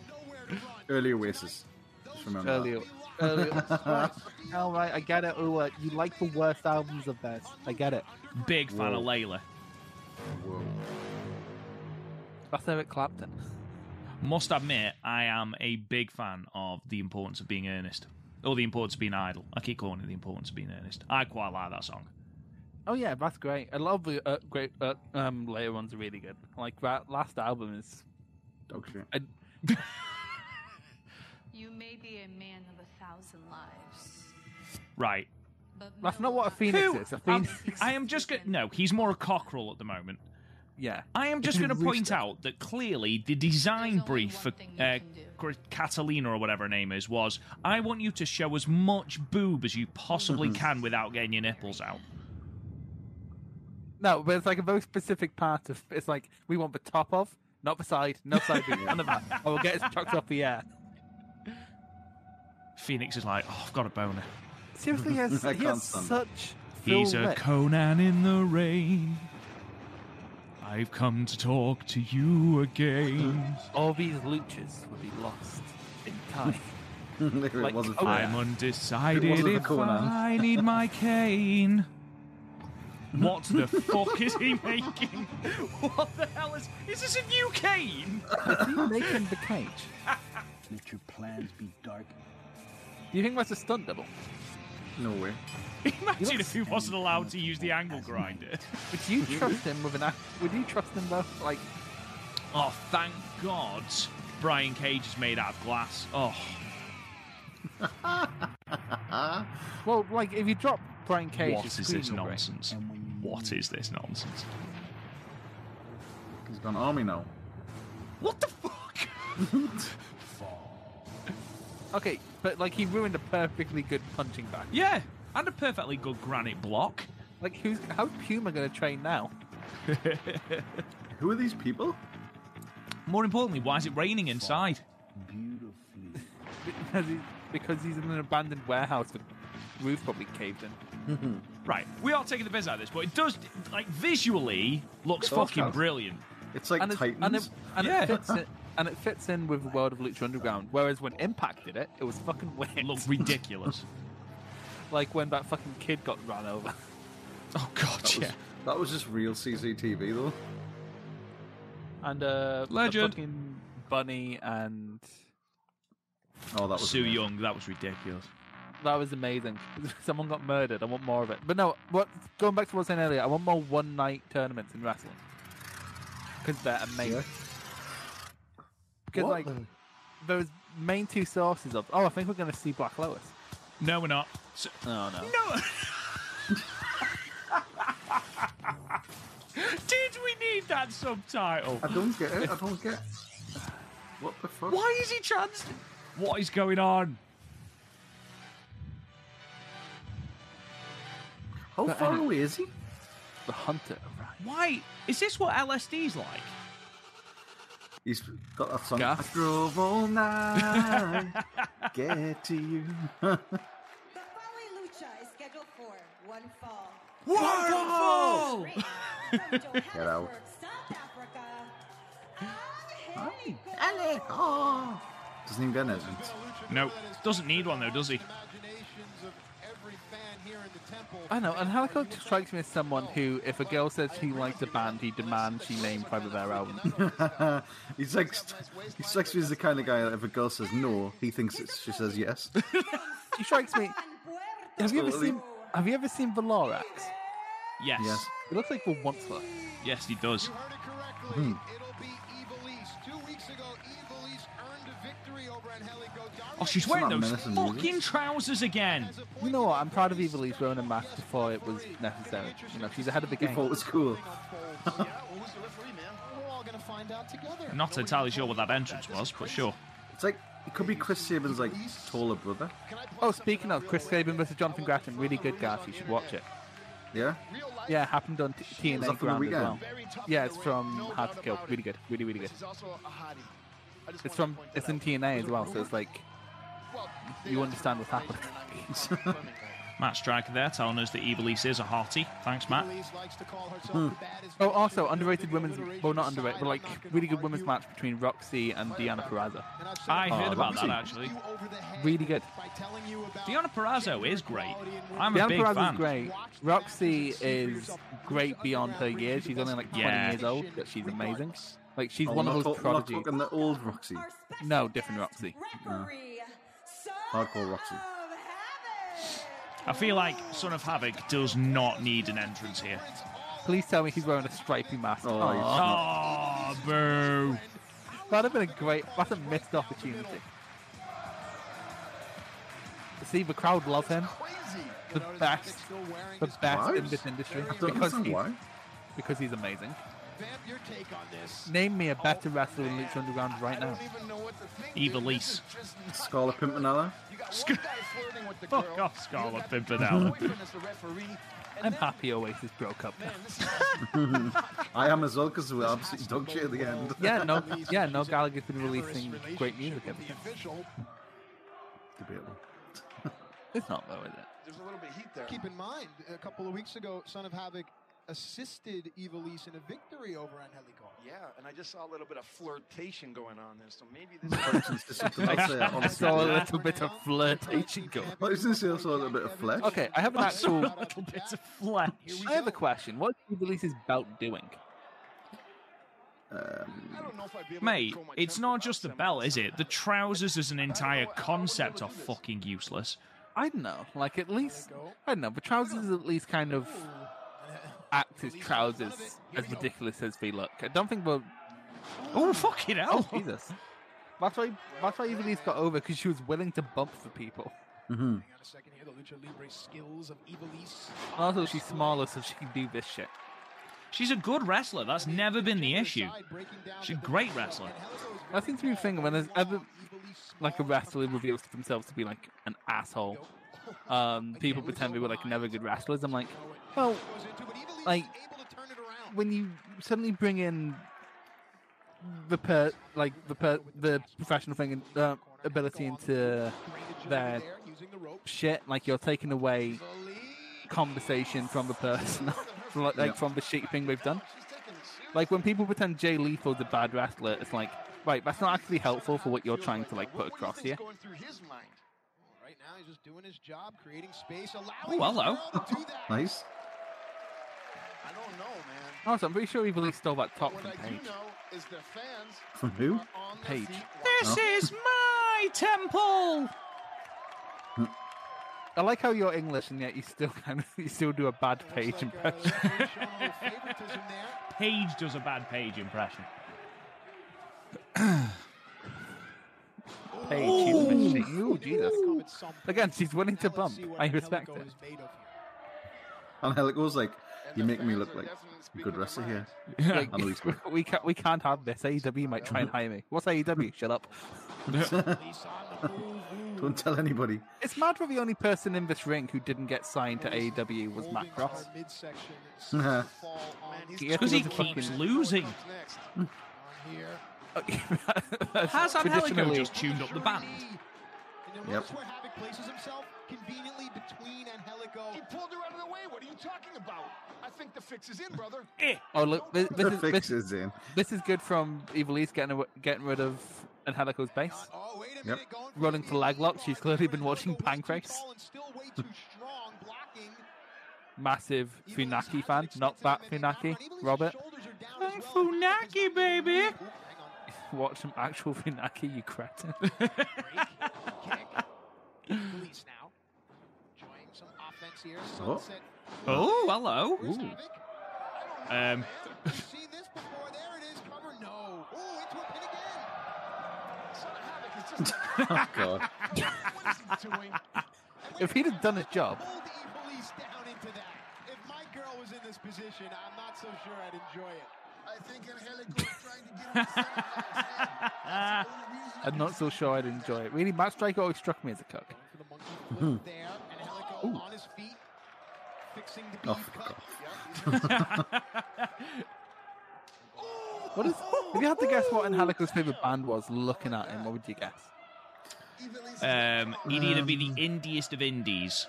[SPEAKER 5] nowhere to run.
[SPEAKER 3] Early Oasis. Just remember. that.
[SPEAKER 2] Earlier. Earlier. All right, I get it. Oh, uh, you like the worst albums of theirs. I get it.
[SPEAKER 1] Big fan
[SPEAKER 3] Whoa.
[SPEAKER 1] of Layla.
[SPEAKER 3] Whoa.
[SPEAKER 2] That's Eric Clapton.
[SPEAKER 1] Must admit, I am a big fan of the importance of being earnest. Or the importance of being idle. I keep calling it the importance of being earnest. I quite like that song.
[SPEAKER 2] Oh yeah, that's great. A lot of the uh, great uh, um, later ones are really good. Like that last album is.
[SPEAKER 3] Dog shit.
[SPEAKER 7] You may be a man of a thousand lives,
[SPEAKER 1] Right.
[SPEAKER 7] but
[SPEAKER 2] That's
[SPEAKER 7] no
[SPEAKER 2] not what a
[SPEAKER 7] life-
[SPEAKER 2] phoenix
[SPEAKER 1] Who?
[SPEAKER 2] is. A
[SPEAKER 1] I'm-
[SPEAKER 2] phoenix.
[SPEAKER 1] I am just going to. No, he's more a cockerel at the moment.
[SPEAKER 2] Yeah.
[SPEAKER 1] I am just
[SPEAKER 2] It's a
[SPEAKER 1] going to point
[SPEAKER 2] rooster.
[SPEAKER 1] out that clearly the design
[SPEAKER 7] There's only
[SPEAKER 1] brief
[SPEAKER 7] one
[SPEAKER 1] for
[SPEAKER 7] thing you
[SPEAKER 1] uh,
[SPEAKER 7] can do.
[SPEAKER 1] Gr- Catalina or whatever her name is was I want you to show as much boob as you possibly can without getting your nipples out.
[SPEAKER 2] No, but it's like a very specific part of. It's like we want the top of, not the side, no side, view, none of that. Or we'll get his chucks off the air.
[SPEAKER 1] Phoenix is like, oh, I've got a boner.
[SPEAKER 2] Seriously, he has,
[SPEAKER 3] I
[SPEAKER 2] he
[SPEAKER 3] can't
[SPEAKER 2] has
[SPEAKER 3] stand it.
[SPEAKER 2] such.
[SPEAKER 1] He's
[SPEAKER 2] Phil
[SPEAKER 1] a
[SPEAKER 2] Lick.
[SPEAKER 1] Conan in the rain. I've come to talk to you again.
[SPEAKER 2] All these luchas would be lost in time.
[SPEAKER 3] there
[SPEAKER 2] Like,
[SPEAKER 3] it was a
[SPEAKER 2] oh,
[SPEAKER 3] fire.
[SPEAKER 1] I'm undecided
[SPEAKER 3] It wasn't a
[SPEAKER 1] if
[SPEAKER 3] Conan.
[SPEAKER 1] I need my cane. What the fuck is he making? What the hell is? Is this a new cane?
[SPEAKER 2] Making the cage.
[SPEAKER 4] Let your plans be dark.
[SPEAKER 2] Do you think that's a stunt double?
[SPEAKER 3] No way.
[SPEAKER 1] Imagine if he wasn't allowed to use the angle grinder.
[SPEAKER 2] Would you trust him with an? act- Would you trust him though? Like,
[SPEAKER 1] Oh, thank God, Brian Cage is made out of glass. Oh,
[SPEAKER 2] well, like if you drop Brian Cage,
[SPEAKER 1] what
[SPEAKER 2] his
[SPEAKER 1] is
[SPEAKER 2] screen
[SPEAKER 1] this
[SPEAKER 2] will break.
[SPEAKER 1] nonsense? What is this nonsense?
[SPEAKER 3] He's gone army now.
[SPEAKER 1] What the fuck?
[SPEAKER 2] Okay, but like he ruined a perfectly good punching bag.
[SPEAKER 1] Yeah, and a perfectly good granite block.
[SPEAKER 2] Like, who's how's Puma going to train now?
[SPEAKER 3] Who are these people?
[SPEAKER 1] More importantly, why is it raining inside?
[SPEAKER 4] Beautifully.
[SPEAKER 2] Because he's, because he's in an abandoned warehouse with roof probably caved in.
[SPEAKER 1] Right, we are taking the piss out of this, but it does, like, visually looks
[SPEAKER 3] does
[SPEAKER 1] fucking
[SPEAKER 3] help.
[SPEAKER 1] brilliant.
[SPEAKER 3] It's like
[SPEAKER 2] and it,
[SPEAKER 3] Titans.
[SPEAKER 2] and it, and
[SPEAKER 1] Yeah.
[SPEAKER 2] it fits in, and it fits in with the world of Lucha Underground. Whereas when Impact did it, it was fucking weird.
[SPEAKER 1] It looked ridiculous.
[SPEAKER 2] like when that fucking kid got run over.
[SPEAKER 1] oh, God,
[SPEAKER 3] that, was,
[SPEAKER 1] yeah.
[SPEAKER 3] that was just real CCTV though.
[SPEAKER 2] And uh, the
[SPEAKER 1] Legend.
[SPEAKER 2] fucking bunny, and
[SPEAKER 3] Oh, that was
[SPEAKER 1] Sue
[SPEAKER 3] amazing.
[SPEAKER 1] Young, that was ridiculous.
[SPEAKER 2] that was amazing. Someone got murdered. I want more of it. But no, what? Going back to what I was saying earlier, I want more one night tournaments in wrestling because they're amazing.
[SPEAKER 3] Yeah.
[SPEAKER 2] Because
[SPEAKER 3] What
[SPEAKER 2] like
[SPEAKER 3] the-
[SPEAKER 2] those main two sources of. Oh, I think we're going to see Black Lois.
[SPEAKER 1] No, we're not. So,
[SPEAKER 2] Oh no.
[SPEAKER 1] no! Did we need that subtitle?
[SPEAKER 3] I don't get it. I don't get. What the fuck?
[SPEAKER 1] Why is he trans? What is going on?
[SPEAKER 3] How far away is he?
[SPEAKER 2] The hunter arrived.
[SPEAKER 1] Why? Is this what LSD's like?
[SPEAKER 3] He's got that song.
[SPEAKER 2] Gaff.
[SPEAKER 3] I drove all night. Get to you.
[SPEAKER 6] The following lucha is scheduled for one fall.
[SPEAKER 1] Waterfall!
[SPEAKER 6] Great. From
[SPEAKER 3] out.
[SPEAKER 6] Johannesburg, South Africa. Alejo.
[SPEAKER 3] Oh. Doesn't even get an entrance.
[SPEAKER 1] No. Doesn't need one, though, does he?
[SPEAKER 5] Imaginations of every fan here in the temple.
[SPEAKER 2] I know, and Halico strikes me as someone who, if a girl says she likes a band, he demands she name five of their albums.
[SPEAKER 3] He's like, he strikes me as the kind of guy that if a girl says no, he thinks it's, she says yes.
[SPEAKER 2] He strikes me. Have you ever
[SPEAKER 3] Absolutely.
[SPEAKER 2] seen? Have you ever seen Valorax?
[SPEAKER 1] Yes.
[SPEAKER 3] yes.
[SPEAKER 2] It looks like the Onceler.
[SPEAKER 1] Yes, he does.
[SPEAKER 5] You heard it
[SPEAKER 2] Hmm.
[SPEAKER 5] correctly. It'll be Evil East. Two weeks ago, Evil East earned a victory over Angelico Dara.
[SPEAKER 1] Oh, she's
[SPEAKER 3] Isn't
[SPEAKER 1] wearing
[SPEAKER 3] that
[SPEAKER 1] those
[SPEAKER 3] menacing music?
[SPEAKER 1] fucking trousers again.
[SPEAKER 2] You know what? I'm proud of Eva Lee's wearing a mask before it was necessary. You know, she's ahead of the game.
[SPEAKER 3] Before it was cool.
[SPEAKER 5] yeah, well, who's the referee, man? We're all gonna find out together.
[SPEAKER 1] Not entirely sure what that entrance was, but sure.
[SPEAKER 3] It's like, it could be Chris Saban's like taller brother.
[SPEAKER 2] Oh, speaking of Chris Saban versus Jonathan Grattan, really good, guys. You should watch it.
[SPEAKER 3] Yeah?
[SPEAKER 5] Real life,
[SPEAKER 2] Yeah, happened on t-
[SPEAKER 3] Was that
[SPEAKER 2] TNA
[SPEAKER 3] from the
[SPEAKER 2] Ground as
[SPEAKER 3] weekend?
[SPEAKER 2] well.
[SPEAKER 5] very tough
[SPEAKER 2] Yeah,
[SPEAKER 5] in
[SPEAKER 2] it's
[SPEAKER 5] the
[SPEAKER 2] from
[SPEAKER 5] ring, no
[SPEAKER 2] Hard to
[SPEAKER 5] doubt
[SPEAKER 2] Kill.
[SPEAKER 5] about it.
[SPEAKER 2] Really good, really, really good.
[SPEAKER 5] This is also a hottie. I just
[SPEAKER 2] It's
[SPEAKER 5] wanted to
[SPEAKER 2] from,
[SPEAKER 5] point that
[SPEAKER 2] it's in
[SPEAKER 5] out.
[SPEAKER 2] TNA as
[SPEAKER 5] There's a
[SPEAKER 2] well, so
[SPEAKER 5] rumor-
[SPEAKER 2] it's like
[SPEAKER 5] well,
[SPEAKER 2] you
[SPEAKER 5] the
[SPEAKER 2] understand what's
[SPEAKER 5] information and I'm confirming that.
[SPEAKER 1] Matt Striker there telling us that Evil East is a hottie. Thanks, Matt.
[SPEAKER 5] Elise likes to call herself the baddest
[SPEAKER 2] Oh,
[SPEAKER 5] bitch in
[SPEAKER 2] also
[SPEAKER 5] the
[SPEAKER 2] underrated
[SPEAKER 5] video
[SPEAKER 2] women's,
[SPEAKER 5] alliteration
[SPEAKER 2] well not
[SPEAKER 5] side.
[SPEAKER 2] underrated, but
[SPEAKER 5] I'm
[SPEAKER 2] like
[SPEAKER 5] not gonna
[SPEAKER 2] really good women's
[SPEAKER 5] argue.
[SPEAKER 2] match between Roxy and Deanna Peraza.
[SPEAKER 5] And I've said
[SPEAKER 1] I
[SPEAKER 5] it
[SPEAKER 1] heard
[SPEAKER 3] Oh,
[SPEAKER 1] about
[SPEAKER 3] Roxy.
[SPEAKER 1] that, actually.
[SPEAKER 5] you over the head
[SPEAKER 2] Really good.
[SPEAKER 5] by telling you about
[SPEAKER 1] Deanna Perrazzo is great. I'm a
[SPEAKER 2] Deanna
[SPEAKER 1] big
[SPEAKER 2] Peraza's
[SPEAKER 1] fan.
[SPEAKER 2] great. Roxy is great beyond her years. She's only like 20
[SPEAKER 1] Yeah.
[SPEAKER 2] years old, but she's amazing. Like she's
[SPEAKER 3] Oh,
[SPEAKER 2] one
[SPEAKER 3] we're
[SPEAKER 2] of
[SPEAKER 3] not
[SPEAKER 2] those
[SPEAKER 3] talk- we're not
[SPEAKER 2] prodigies.
[SPEAKER 3] talking the old Roxy.
[SPEAKER 6] Our special
[SPEAKER 2] No, different
[SPEAKER 6] guest,
[SPEAKER 2] Roxy.
[SPEAKER 6] Referee, Son
[SPEAKER 3] Hardcore Roxy.
[SPEAKER 6] of Havoc.
[SPEAKER 1] I feel like Son of Havoc does not need an entrance here.
[SPEAKER 2] Please tell me he's wearing a stripy mask.
[SPEAKER 3] Oh,
[SPEAKER 2] Aw.
[SPEAKER 3] he's-
[SPEAKER 1] Oh, boo.
[SPEAKER 2] That'd have been a great, that's a missed opportunity. See, the crowd love him. The best, the best
[SPEAKER 3] Why?
[SPEAKER 2] in this industry
[SPEAKER 3] I don't
[SPEAKER 2] because
[SPEAKER 3] understand
[SPEAKER 2] he's,
[SPEAKER 3] why.
[SPEAKER 2] because he's amazing.
[SPEAKER 5] Vamp, your take on this.
[SPEAKER 2] Name me a better wrestler than Lucha Underground right
[SPEAKER 5] I
[SPEAKER 2] now.
[SPEAKER 5] don't even know what to think,
[SPEAKER 1] Evil
[SPEAKER 5] dude. This
[SPEAKER 1] East.
[SPEAKER 5] is just nuts.
[SPEAKER 3] Scarlet Pimpernella.
[SPEAKER 5] You got one guy flirting with the
[SPEAKER 1] Fuck
[SPEAKER 5] girl.
[SPEAKER 1] off,
[SPEAKER 5] You
[SPEAKER 1] Scarlet
[SPEAKER 5] got the
[SPEAKER 1] Pimpernella.
[SPEAKER 5] boyfriend as the referee, and
[SPEAKER 2] I'm
[SPEAKER 5] then-
[SPEAKER 2] happy Oasis broke up.
[SPEAKER 5] Man, this is
[SPEAKER 3] I am as well because we're absolutely dog shit at the end.
[SPEAKER 2] Yeah, no,
[SPEAKER 5] Release
[SPEAKER 2] yeah, no.
[SPEAKER 5] music.
[SPEAKER 2] Gallagher's been
[SPEAKER 5] amorous
[SPEAKER 2] releasing great
[SPEAKER 5] relationship
[SPEAKER 2] music
[SPEAKER 5] with
[SPEAKER 2] ever
[SPEAKER 5] the
[SPEAKER 2] since.
[SPEAKER 5] official.
[SPEAKER 3] Debatable.
[SPEAKER 2] It's not though, is it?
[SPEAKER 5] There's a little bit of heat there. Keep in mind, a couple of weeks ago, Son of Havoc assisted Evil East in a victory over Angelico.
[SPEAKER 8] Yeah, and I just saw a little bit of flirtation going on there, so maybe this.
[SPEAKER 3] Corrections to something else there,
[SPEAKER 2] I
[SPEAKER 3] honestly.
[SPEAKER 2] saw a little bit of flirtation going.
[SPEAKER 3] Well, isn't this also a little bit of flesh?
[SPEAKER 2] Okay, I have an actual.
[SPEAKER 1] A little bit of flesh.
[SPEAKER 2] I have a question. What's Release's belt doing?
[SPEAKER 8] I don't know if I'd be able to
[SPEAKER 1] Mate,
[SPEAKER 8] control my
[SPEAKER 1] it's
[SPEAKER 8] temper
[SPEAKER 1] not
[SPEAKER 8] without
[SPEAKER 1] just the
[SPEAKER 8] some-
[SPEAKER 1] belt, is it? The trousers as an entire concept are fucking useless.
[SPEAKER 2] I don't know. Like at least I don't know. The trousers at least kind of act as trousers, as ridiculous as they look. I don't think we're.
[SPEAKER 1] Oh, fucking
[SPEAKER 2] Oh
[SPEAKER 1] hell.
[SPEAKER 2] Jesus! That's why. That's why Eva Lee's got over because she was willing to bump for people.
[SPEAKER 5] Hang on a second here. The Lucha Libre skills of Evil East.
[SPEAKER 2] And also, she's smaller, so she can do this shit.
[SPEAKER 1] She's a good wrestler. That's never been the issue. She's a great wrestler.
[SPEAKER 2] That seems to be the thing when there's ever like a wrestler who reveals themselves to be like an asshole. Um, people pretend they were like never good wrestlers. I'm like, well, like when you suddenly bring in the per like the per the professional thing and uh, ability into their shit, like you're taking away conversation from the person, from, like
[SPEAKER 3] Yeah.
[SPEAKER 2] from the shit thing they've done. Like when people pretend Jay Lethal's a bad wrestler, it's like, right, that's not actually helpful for what you're trying to like put across here.
[SPEAKER 8] Going through his mind.
[SPEAKER 5] Right now, he's just doing his job, creating space, allowing
[SPEAKER 1] Oh,
[SPEAKER 5] his
[SPEAKER 1] hello.
[SPEAKER 5] girl to do that.
[SPEAKER 3] Nice.
[SPEAKER 8] I don't know, man.
[SPEAKER 2] Also, I'm pretty sure he really stole that top
[SPEAKER 8] What
[SPEAKER 2] from
[SPEAKER 8] I do
[SPEAKER 2] Paige.
[SPEAKER 8] know is the fans
[SPEAKER 3] From who?
[SPEAKER 8] are on their
[SPEAKER 2] Paige.
[SPEAKER 8] feet
[SPEAKER 1] This is my temple.
[SPEAKER 2] I like how you're English and yet you still kind of you still do a bad Paige
[SPEAKER 5] Looks like, uh,
[SPEAKER 2] impression.
[SPEAKER 5] the referee's showing a little favoritism there.
[SPEAKER 1] Paige does a bad Paige impression.
[SPEAKER 2] Paige, you little bitch. Ooh, Jesus.
[SPEAKER 5] Come at some point.
[SPEAKER 2] Again, she's willing to
[SPEAKER 5] Now
[SPEAKER 2] bump.
[SPEAKER 5] let's see what
[SPEAKER 2] I respect
[SPEAKER 5] Angelico
[SPEAKER 2] it.
[SPEAKER 5] is made of here.
[SPEAKER 3] And Helico's like,
[SPEAKER 8] and
[SPEAKER 3] you
[SPEAKER 8] the
[SPEAKER 3] make me
[SPEAKER 8] fans
[SPEAKER 3] look
[SPEAKER 8] are
[SPEAKER 3] like
[SPEAKER 8] definitely
[SPEAKER 3] a
[SPEAKER 8] speaking
[SPEAKER 3] good
[SPEAKER 8] their
[SPEAKER 3] wrestler here.
[SPEAKER 8] minds.
[SPEAKER 2] Like,
[SPEAKER 3] I know he's
[SPEAKER 2] E we can't we can't have this. AEW might try and hire me. What's AEW? Shut up.
[SPEAKER 5] He's on the
[SPEAKER 3] Don't tell anybody.
[SPEAKER 2] It's mad that the only person in this ring who didn't get signed to
[SPEAKER 5] Holding
[SPEAKER 2] AEW was Matt
[SPEAKER 5] our
[SPEAKER 2] Cross.
[SPEAKER 5] midsection. It seems
[SPEAKER 3] Nah.
[SPEAKER 5] to fall on-
[SPEAKER 8] Man, he's
[SPEAKER 2] Yeah,
[SPEAKER 1] Because he
[SPEAKER 2] was a
[SPEAKER 1] keeps
[SPEAKER 2] fucking- Hmm.
[SPEAKER 1] losing.
[SPEAKER 5] Comes next. On here.
[SPEAKER 1] Has Angelico
[SPEAKER 2] Traditionally-
[SPEAKER 1] just tuned up the band?
[SPEAKER 5] And then
[SPEAKER 3] Yep.
[SPEAKER 5] notice where Havoc places himself conveniently between Angelico.
[SPEAKER 8] He pulled her out of the way. What are you talking about? I think the fix is in, brother.
[SPEAKER 1] Eh.
[SPEAKER 2] Oh look, this,
[SPEAKER 3] The
[SPEAKER 2] this is
[SPEAKER 3] fix
[SPEAKER 2] this,
[SPEAKER 3] is in.
[SPEAKER 2] this is good from Evil East getting aw- getting rid of Angelico's base.
[SPEAKER 5] Oh, wait a minute.
[SPEAKER 3] Yep.
[SPEAKER 5] Going
[SPEAKER 2] Rolling
[SPEAKER 5] the
[SPEAKER 2] for leg lock.
[SPEAKER 5] lead
[SPEAKER 2] She's
[SPEAKER 5] guard,
[SPEAKER 2] clearly
[SPEAKER 5] but
[SPEAKER 2] been watching Hmm.
[SPEAKER 5] Angelico was too
[SPEAKER 2] Pancrase.
[SPEAKER 5] tall and still way too strong, blocking.
[SPEAKER 2] Massive
[SPEAKER 5] Evil East has an
[SPEAKER 2] Funaki fan, not
[SPEAKER 5] extensive
[SPEAKER 2] that
[SPEAKER 5] MMA
[SPEAKER 2] Funaki.
[SPEAKER 5] background. Evil East's
[SPEAKER 2] Robert,
[SPEAKER 5] shoulders
[SPEAKER 1] I'm
[SPEAKER 5] are down as well. Havoc is
[SPEAKER 1] Funaki,
[SPEAKER 5] not-
[SPEAKER 1] baby.
[SPEAKER 5] Ooh, hang on.
[SPEAKER 2] watch some actual Funaki, you cretin.
[SPEAKER 5] Police now. Enjoying some offense here.
[SPEAKER 3] Oh.
[SPEAKER 5] Sunset.
[SPEAKER 1] Oh, hello.
[SPEAKER 5] Where's
[SPEAKER 2] Ooh.
[SPEAKER 5] Havoc?
[SPEAKER 1] Um,
[SPEAKER 5] I don't know, man. We've seen this before. There it is. Cover. No. Ooh, into a pin again.
[SPEAKER 8] Son of Havoc is just
[SPEAKER 3] Oh god.
[SPEAKER 8] what is he doing?
[SPEAKER 5] And
[SPEAKER 2] If
[SPEAKER 5] when
[SPEAKER 2] he'd have done his job.
[SPEAKER 5] Pulled the Evil East down into that. If my girl was in this position, I'm not so sure I'd enjoy it.
[SPEAKER 4] I think Angelico is trying to get him to sacrifice.
[SPEAKER 1] Ah.
[SPEAKER 2] I'm not so sure I'd enjoy it. Really, Matt Striker always struck me as a cook.
[SPEAKER 5] Going for the monkey
[SPEAKER 3] Hmm.
[SPEAKER 5] flip there. And Helico on his feet. Fixing the
[SPEAKER 3] Oh,
[SPEAKER 5] beef
[SPEAKER 3] fuck
[SPEAKER 5] cut.
[SPEAKER 3] off.
[SPEAKER 5] Yep, he's-
[SPEAKER 2] What is? If you had to guess what Angelico's favorite band was, looking at him, what would you guess?
[SPEAKER 1] Um, oh, he'd either be the indiest of indies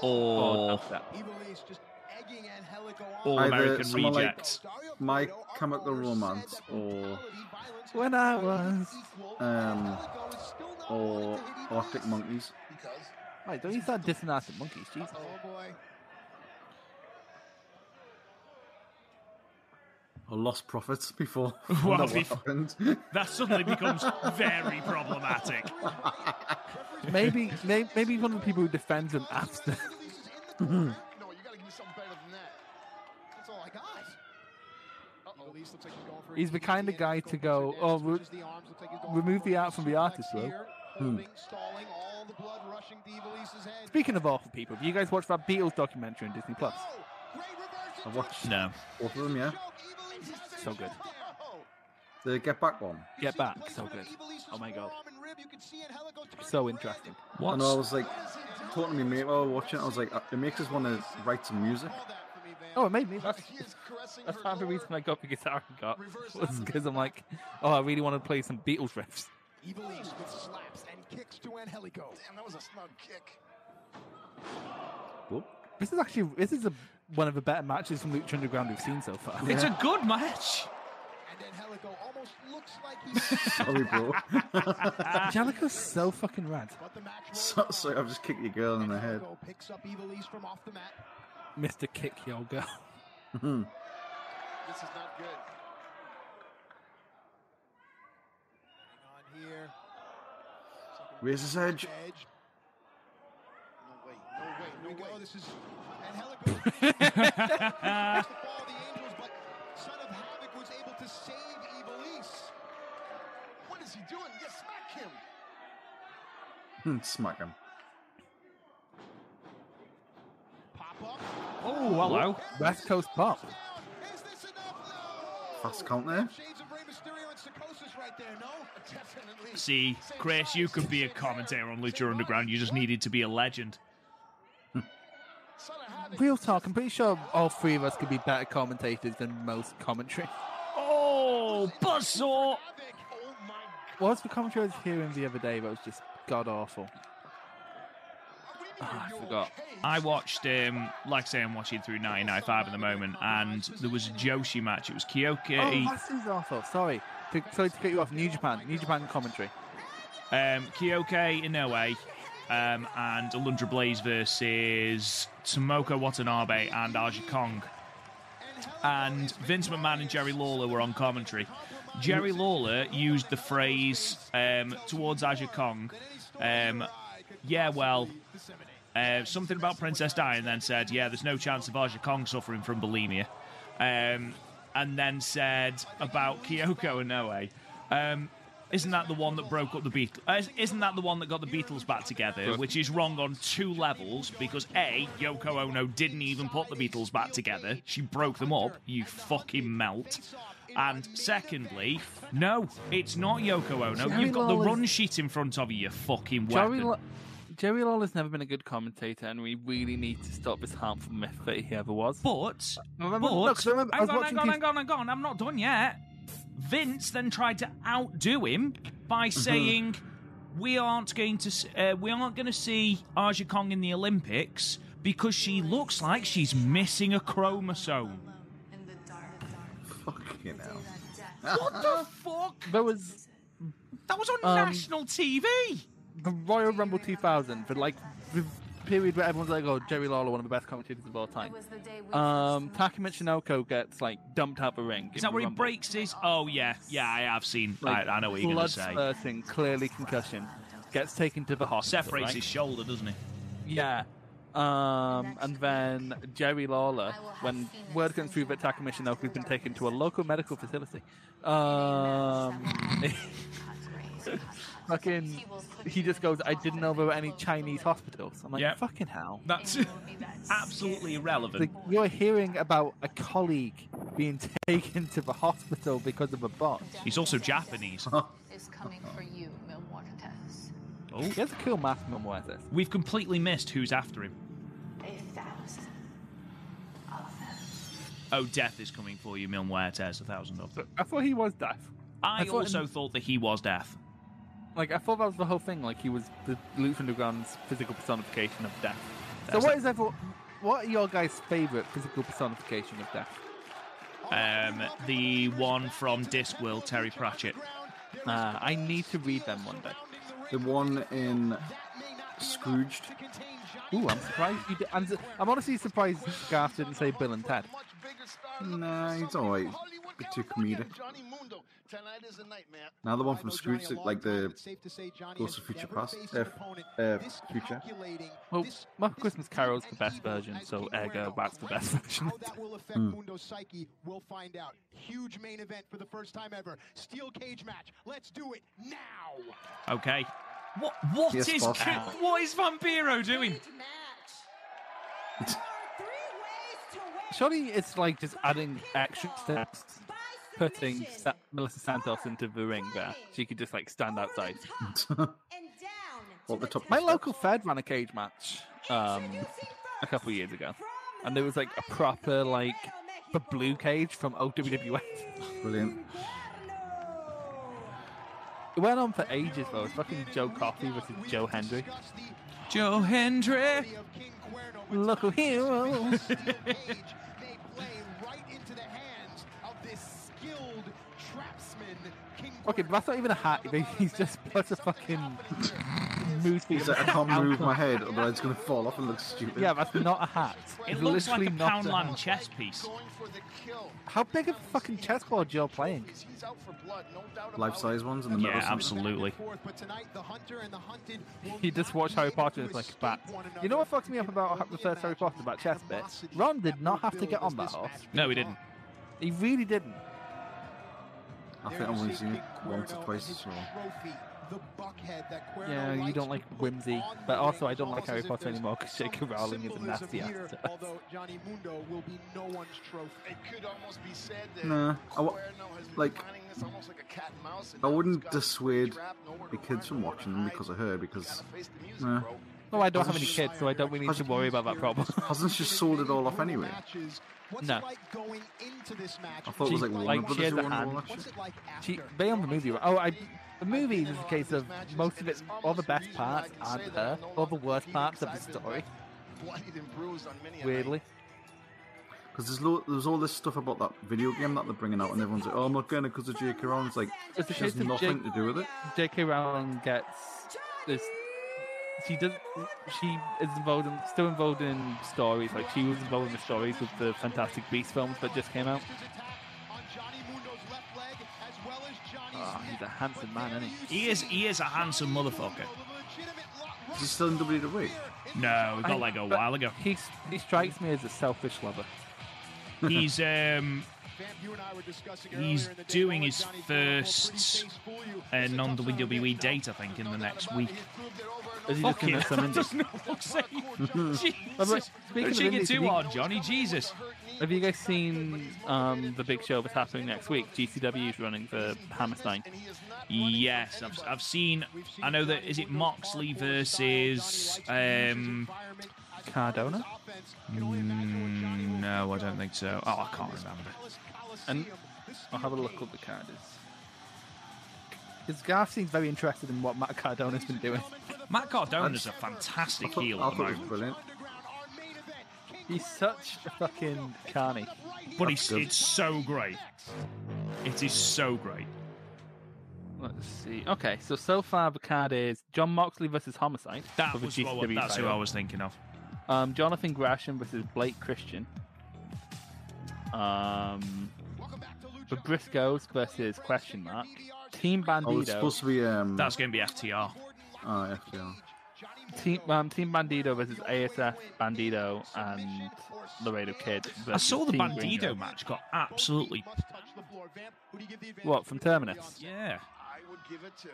[SPEAKER 1] or
[SPEAKER 5] Evil East just egging Angelico on.
[SPEAKER 1] All
[SPEAKER 3] Either
[SPEAKER 1] American
[SPEAKER 3] someone like-
[SPEAKER 1] Rejects.
[SPEAKER 3] My Chemical Romance or-
[SPEAKER 2] When I was-
[SPEAKER 3] Um, or Arctic Monkeys.
[SPEAKER 2] Wait, don't you start dissing Arctic Monkeys, Jesus.
[SPEAKER 5] Oh boy.
[SPEAKER 3] Or Lost Prophets before.
[SPEAKER 1] Well,
[SPEAKER 3] Wonder what
[SPEAKER 1] bef-
[SPEAKER 3] happened.
[SPEAKER 1] that suddenly becomes very problematic.
[SPEAKER 2] Maybe, maybe, maybe one of the people who defends him after.
[SPEAKER 8] No, you gotta give me something better than that.
[SPEAKER 5] That's all I got. Uh-oh. Elise looks like he's going for a
[SPEAKER 2] He's the
[SPEAKER 5] DDT
[SPEAKER 2] kinda
[SPEAKER 5] and
[SPEAKER 2] guy
[SPEAKER 5] Helico
[SPEAKER 2] to go,
[SPEAKER 5] pushes in,
[SPEAKER 2] oh, re-
[SPEAKER 5] switches the arms, looks like he's going
[SPEAKER 2] remove
[SPEAKER 5] for a
[SPEAKER 2] the art from the
[SPEAKER 5] suplex
[SPEAKER 2] artist, though. Hmm.
[SPEAKER 5] here, Holding, stalling, all the blood rushing to Evil East's head.
[SPEAKER 2] Speaking of awful people, have you guys watched that Beatles documentary on Disney Plus?
[SPEAKER 5] Oh, great reverse
[SPEAKER 3] I
[SPEAKER 5] into a
[SPEAKER 3] watched
[SPEAKER 1] No.
[SPEAKER 3] both of them, yeah.
[SPEAKER 5] choke. Evil East has it
[SPEAKER 2] So
[SPEAKER 5] in
[SPEAKER 2] good.
[SPEAKER 5] choke there.
[SPEAKER 3] The Get Back one.
[SPEAKER 5] You
[SPEAKER 2] Get
[SPEAKER 5] see the
[SPEAKER 2] Back, so
[SPEAKER 5] placement of
[SPEAKER 2] good.
[SPEAKER 5] Evil East's
[SPEAKER 2] Oh my God.
[SPEAKER 5] forearm and rib. You can see it, Helico turning
[SPEAKER 2] So
[SPEAKER 5] red.
[SPEAKER 2] interesting.
[SPEAKER 3] And I
[SPEAKER 1] What's
[SPEAKER 3] was like, talking to my mate while we were watching it, I was like, "Uh, it makes us want to write some music.
[SPEAKER 5] Call that for me, Van.
[SPEAKER 2] Oh, it made me. That's,
[SPEAKER 8] He is caressing
[SPEAKER 2] that's
[SPEAKER 8] her
[SPEAKER 2] part of the
[SPEAKER 8] lower-
[SPEAKER 2] reason I got the guitar I got. Was because I'm like, oh, I really want to play some Beatles riffs.
[SPEAKER 5] Evil East with slaps and kicks to Angelico.
[SPEAKER 8] Damn, that was a snug kick.
[SPEAKER 3] Whoop.
[SPEAKER 2] This is actually this is a, one of the better matches from Lucha Underground we've seen so far.
[SPEAKER 1] It's a good match.
[SPEAKER 5] And Angelico almost looks like he's.
[SPEAKER 3] Sorry, bro.
[SPEAKER 2] Angelica's so fucking rad.
[SPEAKER 5] but the match rolls
[SPEAKER 3] so,
[SPEAKER 5] on.
[SPEAKER 3] sorry, I've just kicked your girl in the head.
[SPEAKER 5] Angelico picks up Evil East from off the mat.
[SPEAKER 2] Mr. Kick Yo Girl.
[SPEAKER 8] This is not good.
[SPEAKER 5] Hang on here.
[SPEAKER 3] Where's his edge?
[SPEAKER 5] Edge.
[SPEAKER 8] No way, no way,
[SPEAKER 5] Here
[SPEAKER 8] no
[SPEAKER 5] we go.
[SPEAKER 8] way.
[SPEAKER 5] This is Angelico. takes the fall of the Angels, but Son of Havoc was able to save Evil East.
[SPEAKER 8] What is he doing? Yeah, smack him.
[SPEAKER 3] Hmm, Smack him.
[SPEAKER 5] Pop up.
[SPEAKER 1] Oh, hello.
[SPEAKER 2] West Coast Pop.
[SPEAKER 5] Down. Is this enough? No.
[SPEAKER 3] Fast count there.
[SPEAKER 5] Shades of Rey Mysterio and Psychosis right there. No, definitely.
[SPEAKER 1] See, Chris, you could be a commentator on Lucha Underground. You just needed to be a legend.
[SPEAKER 8] Son of Havoc.
[SPEAKER 2] Real talk, I'm pretty sure all three of us could be better commentators than most commentary.
[SPEAKER 1] Oh, buzzsaw!
[SPEAKER 8] Havoc. Oh my god.
[SPEAKER 2] What was the commentary I was hearing the other day that was just god awful?
[SPEAKER 8] What do you mean
[SPEAKER 2] Ah, I
[SPEAKER 8] you're
[SPEAKER 2] forgot.
[SPEAKER 8] okay?
[SPEAKER 1] I watched, um, like I say, I'm watching through 995 at the moment, and there was a Joshi match. It was
[SPEAKER 2] Oh,
[SPEAKER 1] Kyoki,
[SPEAKER 2] that seems awful. Sorry. To, sorry to cut you off. New Japan. New Japan commentary.
[SPEAKER 1] um, Kyoke Inoue, um, and Alundra Blaze versus Tomoko Watanabe and Aja Kong. And Vince McMahon and Jerry Lawler were on commentary. Jerry Lawler used the phrase um, towards Aja Kong, um, yeah, well, uh, something about Princess Di, and then said, yeah, there's no chance of Aja Kong suffering from bulimia. Um, and then said about Kyoko Inoue. Um, isn't that the one that broke up the Beatles? Uh, isn't that the one that got the Beatles back together? Which is wrong on two levels because A, Yoko Ono didn't even put the Beatles back together. She broke them up. You fucking melt. And secondly, no, it's not Yoko Ono.
[SPEAKER 2] Jerry
[SPEAKER 1] You've got the
[SPEAKER 2] Lawler's-
[SPEAKER 1] run sheet in front of you, you fucking
[SPEAKER 2] Jerry,
[SPEAKER 1] weapon.
[SPEAKER 2] Law- Jerry Lawler's never been a good commentator, and we really need to stop this harmful myth that he ever was.
[SPEAKER 1] But,
[SPEAKER 2] Remember-
[SPEAKER 1] but,
[SPEAKER 2] no, 'cause I remember I
[SPEAKER 1] hang
[SPEAKER 2] was
[SPEAKER 1] on,
[SPEAKER 2] watching
[SPEAKER 1] hang on,
[SPEAKER 2] TV
[SPEAKER 1] hang on, hang on, I'm not done yet. Vince then tried to outdo him by
[SPEAKER 2] Mhm.
[SPEAKER 1] saying, "We aren't going to, s- uh, we aren't going to see Arja Kong in the Olympics because she looks like she's missing a chromosome."
[SPEAKER 7] in the dark.
[SPEAKER 3] Fucking hell.
[SPEAKER 1] What the fuck?
[SPEAKER 2] There was
[SPEAKER 1] That was on
[SPEAKER 2] Um,
[SPEAKER 1] national TV.
[SPEAKER 2] the Royal Rumble 2000 for like the period where everyone's like, "Oh, Jerry Lawler, one of the best commentators of all time."
[SPEAKER 7] was the day we
[SPEAKER 2] Um,
[SPEAKER 7] first
[SPEAKER 2] Taka Michinoko gets like dumped out the ring.
[SPEAKER 1] Is that where he breaks his? Oh yeah, yeah, I have seen. I, I know what you're going
[SPEAKER 2] blood
[SPEAKER 1] to say.
[SPEAKER 2] spurting, clearly concussion, gets taken to the hospital.
[SPEAKER 1] Separates
[SPEAKER 2] right?
[SPEAKER 1] his shoulder, doesn't he?
[SPEAKER 2] Yeah. Um, and then Jerry Lawler, when word comes through that Taka Michinoku has been taken to a local medical facility, um, fucking, he just goes, I didn't know there were any Chinese hospitals. I'm like,
[SPEAKER 1] Yep.
[SPEAKER 2] fucking hell.
[SPEAKER 1] That's absolutely irrelevant.
[SPEAKER 2] Like, you're hearing about a colleague being taken to the hospital because of a bot.
[SPEAKER 1] He's also Japanese.
[SPEAKER 2] Oh.
[SPEAKER 7] Is coming for you, Mil Muertes.
[SPEAKER 1] Oh,
[SPEAKER 2] He has a cool mask, Mum wears this.
[SPEAKER 1] we've completely missed who's after him.
[SPEAKER 7] A thousand of them.
[SPEAKER 1] Oh, death is coming for you, Mil Muertes, a thousand of them.
[SPEAKER 2] I thought he was deaf.
[SPEAKER 1] I,
[SPEAKER 2] I thought
[SPEAKER 1] also
[SPEAKER 2] in-
[SPEAKER 1] thought that he was death.
[SPEAKER 2] Like, I thought that was the whole thing. Like, he was the Luke Underground's physical personification of death. So,
[SPEAKER 1] That's
[SPEAKER 2] what is everyone, what are your guys' favorite physical personification of death?
[SPEAKER 1] Um, the one from Discworld, Terry Pratchett.
[SPEAKER 2] Uh, I need to read them one day.
[SPEAKER 3] The one in Scrooged.
[SPEAKER 2] Ooh, I'm surprised you did. I'm, su- I'm honestly surprised Garth didn't say Bill and Ted.
[SPEAKER 3] Nah, he's alright. Bit too comedic. Now the one from Scrooge, like the Ghost of Future Past, uh, uh, Future.
[SPEAKER 2] Well, Muppet Christmas Carol's the best version, so ergo, that's the best version.
[SPEAKER 5] How that will
[SPEAKER 3] Hmm.
[SPEAKER 5] affect Mundo's psyche, we'll find out. Huge main event for the first time ever. Steel cage match. Let's do it now.
[SPEAKER 1] Okay. What what is
[SPEAKER 3] Yes, boss.
[SPEAKER 1] Ki- what is Vampiro doing?
[SPEAKER 6] Cage match. There are three ways to win.
[SPEAKER 2] Surely it's like just adding
[SPEAKER 6] Pinfall,
[SPEAKER 2] extra steps,
[SPEAKER 6] by
[SPEAKER 2] putting
[SPEAKER 6] submission,
[SPEAKER 2] Sa- Melissa Santos into the ring there. She could just like stand
[SPEAKER 6] over the
[SPEAKER 2] outside.
[SPEAKER 6] top, and down
[SPEAKER 3] What
[SPEAKER 6] to
[SPEAKER 3] the top-
[SPEAKER 2] My
[SPEAKER 6] touch.
[SPEAKER 2] local Fed ran a cage match um, a couple of years ago, and there was like a proper like the blue cage from old WWF.
[SPEAKER 3] Brilliant.
[SPEAKER 2] It went on for ages though. It's fucking Joe Coffey versus Joe Hendry.
[SPEAKER 1] Joe Hendry.
[SPEAKER 2] Local hero.
[SPEAKER 5] Steel cage may play right into the hands of this skilled trapsman, King
[SPEAKER 2] Okay, but that's not even a hat. They- He's just put a fucking moose
[SPEAKER 3] He's like, I can't move my head, otherwise it's going to fall off and look stupid.
[SPEAKER 2] Yeah, that's not a hat.
[SPEAKER 1] It
[SPEAKER 2] It's
[SPEAKER 1] looks like a
[SPEAKER 2] literally not hat.
[SPEAKER 1] Poundland chess piece.
[SPEAKER 5] Going for the kill.
[SPEAKER 2] How big of a fucking chessboard you're playing?
[SPEAKER 5] He's out for blood, no doubt about
[SPEAKER 3] Life-size
[SPEAKER 5] it.
[SPEAKER 3] ones in the middle.
[SPEAKER 1] Yeah,
[SPEAKER 3] somewhere.
[SPEAKER 1] absolutely.
[SPEAKER 5] Forth, but tonight, the hunter and the hunted will
[SPEAKER 2] He just
[SPEAKER 5] not
[SPEAKER 2] watched
[SPEAKER 5] be
[SPEAKER 2] Harry
[SPEAKER 5] able to
[SPEAKER 2] Potter and it's like,
[SPEAKER 5] escape
[SPEAKER 2] bat.
[SPEAKER 5] one
[SPEAKER 2] You know what
[SPEAKER 5] another.
[SPEAKER 2] fucked me up
[SPEAKER 5] You can
[SPEAKER 2] about
[SPEAKER 5] only
[SPEAKER 2] the first Harry
[SPEAKER 5] imagine
[SPEAKER 2] Potter about
[SPEAKER 5] the
[SPEAKER 2] chess bit?
[SPEAKER 5] animosity
[SPEAKER 2] Ron did
[SPEAKER 5] that
[SPEAKER 2] not
[SPEAKER 5] will
[SPEAKER 2] have to
[SPEAKER 5] build
[SPEAKER 2] get
[SPEAKER 5] as
[SPEAKER 2] on that
[SPEAKER 5] this
[SPEAKER 2] horse.
[SPEAKER 5] match
[SPEAKER 1] No, he
[SPEAKER 5] goes
[SPEAKER 1] didn't.
[SPEAKER 5] on.
[SPEAKER 2] He really didn't.
[SPEAKER 3] I think I've only seen it once or twice as well.
[SPEAKER 2] Yeah, you don't like whimsy, but also I don't like Harry Potter anymore because J.K. Rowling is a nasty
[SPEAKER 5] here,
[SPEAKER 2] actor.
[SPEAKER 5] although Johnny Mundo will be no one's trophy.
[SPEAKER 8] It could almost be said that
[SPEAKER 3] Nah, I wa-
[SPEAKER 8] Cuerno has been
[SPEAKER 3] like-
[SPEAKER 8] planning this almost like a cat and mouse. and
[SPEAKER 3] I
[SPEAKER 8] now
[SPEAKER 3] wouldn't
[SPEAKER 8] he's got
[SPEAKER 3] dissuade
[SPEAKER 8] trapped, nowhere
[SPEAKER 3] the
[SPEAKER 8] to
[SPEAKER 3] kids
[SPEAKER 8] run,
[SPEAKER 3] from
[SPEAKER 8] nowhere to
[SPEAKER 3] watching
[SPEAKER 8] hide.
[SPEAKER 3] because of her,
[SPEAKER 8] You
[SPEAKER 3] because,
[SPEAKER 8] gotta face the music,
[SPEAKER 3] nah.
[SPEAKER 8] bro.
[SPEAKER 2] No, I don't have any kids, so I don't really need to worry about that problem.
[SPEAKER 3] Hasn't she sold it all off anyway?
[SPEAKER 5] What's
[SPEAKER 2] No.
[SPEAKER 5] it like going into this match?
[SPEAKER 3] I thought it was
[SPEAKER 2] She-
[SPEAKER 3] like Warner
[SPEAKER 2] like,
[SPEAKER 3] Brothers
[SPEAKER 2] she has
[SPEAKER 3] who
[SPEAKER 2] a
[SPEAKER 3] won all
[SPEAKER 2] hand.
[SPEAKER 3] that shit.
[SPEAKER 5] What's it like after?
[SPEAKER 2] She, they on the movie. were- Oh, I, the movie was a case of most of it, all the best parts aren't her, all the worst parts of the story.
[SPEAKER 8] Bloodied and bruised on many a night.
[SPEAKER 2] Weirdly,
[SPEAKER 3] Because there's, lo- there's all this stuff about that video game that they're bringing out, and everyone's like, oh, I'm not going to because of J.K. Rowling. It's like,
[SPEAKER 2] It's a
[SPEAKER 3] she has
[SPEAKER 2] case of
[SPEAKER 3] nothing
[SPEAKER 2] J-
[SPEAKER 3] to do with it.
[SPEAKER 2] J.K. Rowling gets this. She does. She is involved in, still involved in stories. Like she was involved in the stories with the Fantastic Beast films that just came out. Ah, he's a handsome man, isn't he?
[SPEAKER 1] He is he is a handsome motherfucker.
[SPEAKER 3] Is he still in
[SPEAKER 2] E?
[SPEAKER 3] E. WWE?
[SPEAKER 1] No, he got
[SPEAKER 2] I-
[SPEAKER 1] let go a
[SPEAKER 2] but
[SPEAKER 1] while ago.
[SPEAKER 2] He he strikes me as a selfish lover.
[SPEAKER 1] He's um
[SPEAKER 5] He's doing his first
[SPEAKER 1] uh, E
[SPEAKER 5] uh, non WWE date, I think, in the next week.
[SPEAKER 2] Is he just
[SPEAKER 1] fucking
[SPEAKER 2] gonna
[SPEAKER 1] that
[SPEAKER 2] summon
[SPEAKER 1] does not look safe. Jesus.
[SPEAKER 2] speaking
[SPEAKER 1] Don't
[SPEAKER 2] of
[SPEAKER 1] shake it
[SPEAKER 2] indies,
[SPEAKER 1] too
[SPEAKER 2] we-
[SPEAKER 1] hard, Johnny. Jesus.
[SPEAKER 2] Have you guys seen um, the big show that's happening next week? GCW is running the Hammerstein.
[SPEAKER 1] Yes, I've, I've seen. I know that is it Moxley versus um.
[SPEAKER 2] Cardona?
[SPEAKER 1] mm, No, I don't think so. Oh, I can't remember.
[SPEAKER 2] And I'll have a look up the card. Because Garth seems very interested in what Matt Cardona's been doing.
[SPEAKER 1] Matt Cardona's a fantastic
[SPEAKER 3] thought,
[SPEAKER 1] heel
[SPEAKER 3] I
[SPEAKER 1] at the
[SPEAKER 3] thought it was
[SPEAKER 1] moment,
[SPEAKER 3] brilliant.
[SPEAKER 2] He's such a fucking carny.
[SPEAKER 1] but it's
[SPEAKER 3] good.
[SPEAKER 1] it's so great. It is so great.
[SPEAKER 2] Let's see. Okay, so so far the card is John Moxley versus Homicide.
[SPEAKER 1] That
[SPEAKER 2] for the
[SPEAKER 1] was what, I-
[SPEAKER 2] GCW
[SPEAKER 1] that's who I
[SPEAKER 2] title.
[SPEAKER 1] was thinking of.
[SPEAKER 2] Um, Jonathan Gresham versus Blake Christian. Um, the Briscoes versus question mark. Team
[SPEAKER 3] Oh, it's
[SPEAKER 2] Bandito.
[SPEAKER 3] supposed to be um.
[SPEAKER 1] That's going to be FTR.
[SPEAKER 3] oh, yeah,
[SPEAKER 2] Team um, Team Bandito versus ASF Bandito and Laredo Kid.
[SPEAKER 1] I saw the
[SPEAKER 2] Team Gringo.
[SPEAKER 1] Bandido match got absolutely.
[SPEAKER 2] What from Terminus?
[SPEAKER 1] Yeah.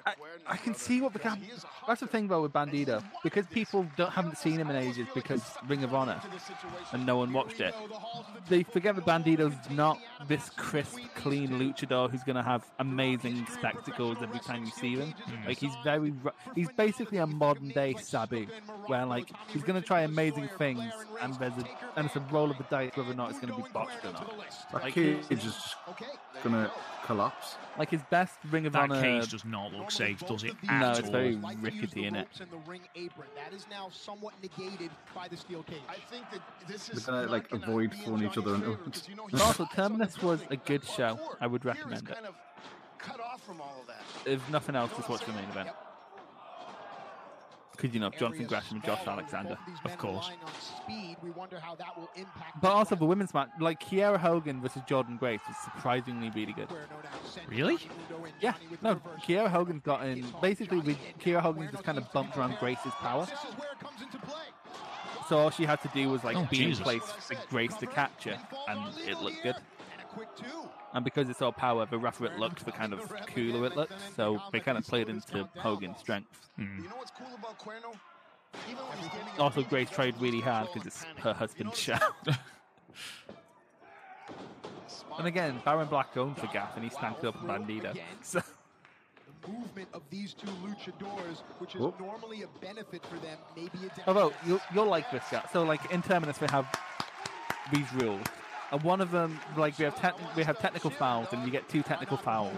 [SPEAKER 2] I, I can see what the cam- that's the thing though with Bandito because people don't haven't seen him in ages because Ring of Honor and no one watched it. They forget that Bandito's not this crisp, clean luchador who's gonna have amazing spectacles every time you see him.
[SPEAKER 1] Hmm.
[SPEAKER 2] Like he's very ru- he's basically a modern day Sabu where like he's gonna try amazing things and there's a and it's a roll of the dice whether or not it's gonna be botched or not.
[SPEAKER 3] That
[SPEAKER 2] Like-
[SPEAKER 3] cage is just gonna collapse.
[SPEAKER 2] Like his best Ring of
[SPEAKER 1] That
[SPEAKER 2] Honor
[SPEAKER 1] cage does not look safe, does Mm, it? At
[SPEAKER 2] No, it's
[SPEAKER 1] all.
[SPEAKER 2] very rickety in it.
[SPEAKER 5] That is now somewhat negated by the steel cage.
[SPEAKER 4] I think that this
[SPEAKER 3] They're
[SPEAKER 4] is
[SPEAKER 3] gonna like avoid throwing each other under.
[SPEAKER 4] you know
[SPEAKER 2] But also, Terminus was a good show. I would recommend it.
[SPEAKER 4] kind of cut off from all of that.
[SPEAKER 2] If nothing else, just watch the main event. Could you not? Jonathan Gresham and Josh Alexander.
[SPEAKER 1] Of course.
[SPEAKER 2] But also the women's match, like Kiera Hogan versus Jordan Grace, was surprisingly really good.
[SPEAKER 1] Really?
[SPEAKER 2] Yeah, no, Kiera Hogan's gotten basically with Kiera Hogan just kind of bumped around Grace's power, so all she had to do was like
[SPEAKER 1] Oh,
[SPEAKER 2] be
[SPEAKER 1] Jesus.
[SPEAKER 2] in place for Grace to capture, and it looked good. And because it's all power, the rougher it looked, the kind of cooler it looked. So they kind of played into Hogan's strength.
[SPEAKER 1] Hmm.
[SPEAKER 4] You know what's cool about Cuerno? Even when he's getting
[SPEAKER 2] Also, Grace tried really hard because it's her husband's show. and again, Baron Black owned for Gaff and he stanked up Bandito. So,
[SPEAKER 5] Movement of these two luchadors, which is
[SPEAKER 3] Oh.
[SPEAKER 5] normally a benefit for them, maybe a
[SPEAKER 2] although, you'll, you'll like this, Gaff. So, like, in Terminus, we have these rules. And one of them, like, we have, techni we have technical fouls, and you get two technical fouls,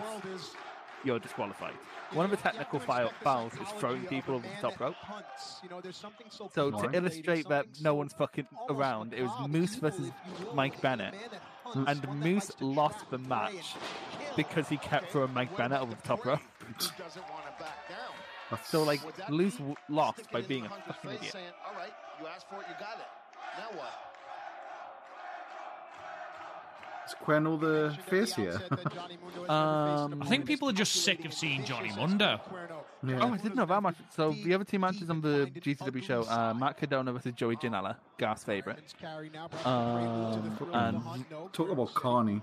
[SPEAKER 2] you're disqualified. One of the technical foul- fouls is throwing people over the top rope.
[SPEAKER 5] hunts. You know, there's something so
[SPEAKER 2] So
[SPEAKER 3] Right.
[SPEAKER 2] to illustrate that no one's fucking around, it was Moose versus Mike Bennett, and Moose lost the match because he kept throwing Mike Bennett over the top rope.
[SPEAKER 3] That's
[SPEAKER 2] So like, Moose w- lost by being a fucking idiot.
[SPEAKER 4] all right, you asked for it, you got it. Now what?
[SPEAKER 3] is Quenno the face here.
[SPEAKER 2] Um,
[SPEAKER 1] I think people are just sick of seeing Johnny Mundo.
[SPEAKER 2] Oh, I didn't know that much. So the other two matches on the GCW show uh, are Matt Cardona versus Joey Janela, Garth's favorite, Um, and
[SPEAKER 3] Talk about Carney.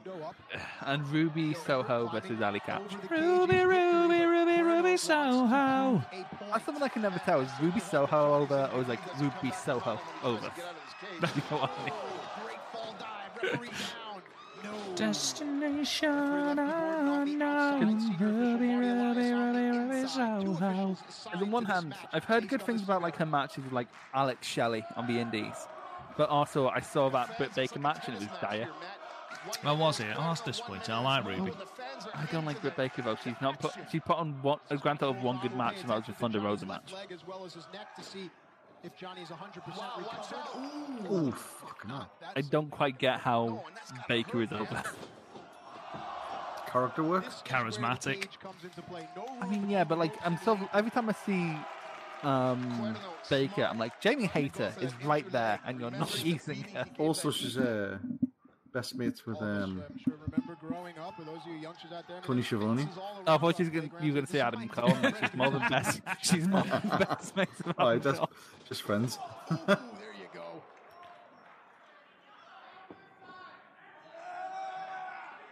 [SPEAKER 2] and Ruby Soho versus Ali Catch.
[SPEAKER 1] Ruby, Ruby, Ruby, Ruby Soho.
[SPEAKER 2] That's something I can never tell. Is Ruby Soho over, or is like Ruby Soho over? you know what I mean?
[SPEAKER 1] Destination unknown. Ruby, Ruby, Ruby, Ruby Soho.
[SPEAKER 2] As on one hand, I've heard good things about like her matches with like Alex Shelley on the Indies, but also I saw that Britt Baker match and it was dire.
[SPEAKER 1] Where was it? Oh, that's disappointing. I like Ruby.
[SPEAKER 2] I don't like Britt Baker though. She's not put. She put on one, a grand total of one good match, and that was the Thunder Rosa match.
[SPEAKER 5] Leg as well as his neck to see if Johnny's 100% recovered.
[SPEAKER 3] Oh fuck no!
[SPEAKER 2] I don't quite get how Baker is over.
[SPEAKER 3] Character work.
[SPEAKER 1] Charismatic.
[SPEAKER 2] I mean, yeah, but like I'm so every time I see um Baker, I'm like Jamie Hayter is right there, and you're not using her.
[SPEAKER 3] Also, she's uh, best mates with um,
[SPEAKER 5] I'm sure remember growing up, for those of you youngsters out there, I mean,
[SPEAKER 3] Tony Schiavone.
[SPEAKER 2] Oh, I thought she was gonna, you were going to say Adam Cole. and She's more than best. She's more than best mates of
[SPEAKER 3] Oh,
[SPEAKER 2] Adam
[SPEAKER 3] that's
[SPEAKER 2] Cole.
[SPEAKER 3] just friends.
[SPEAKER 5] there you go.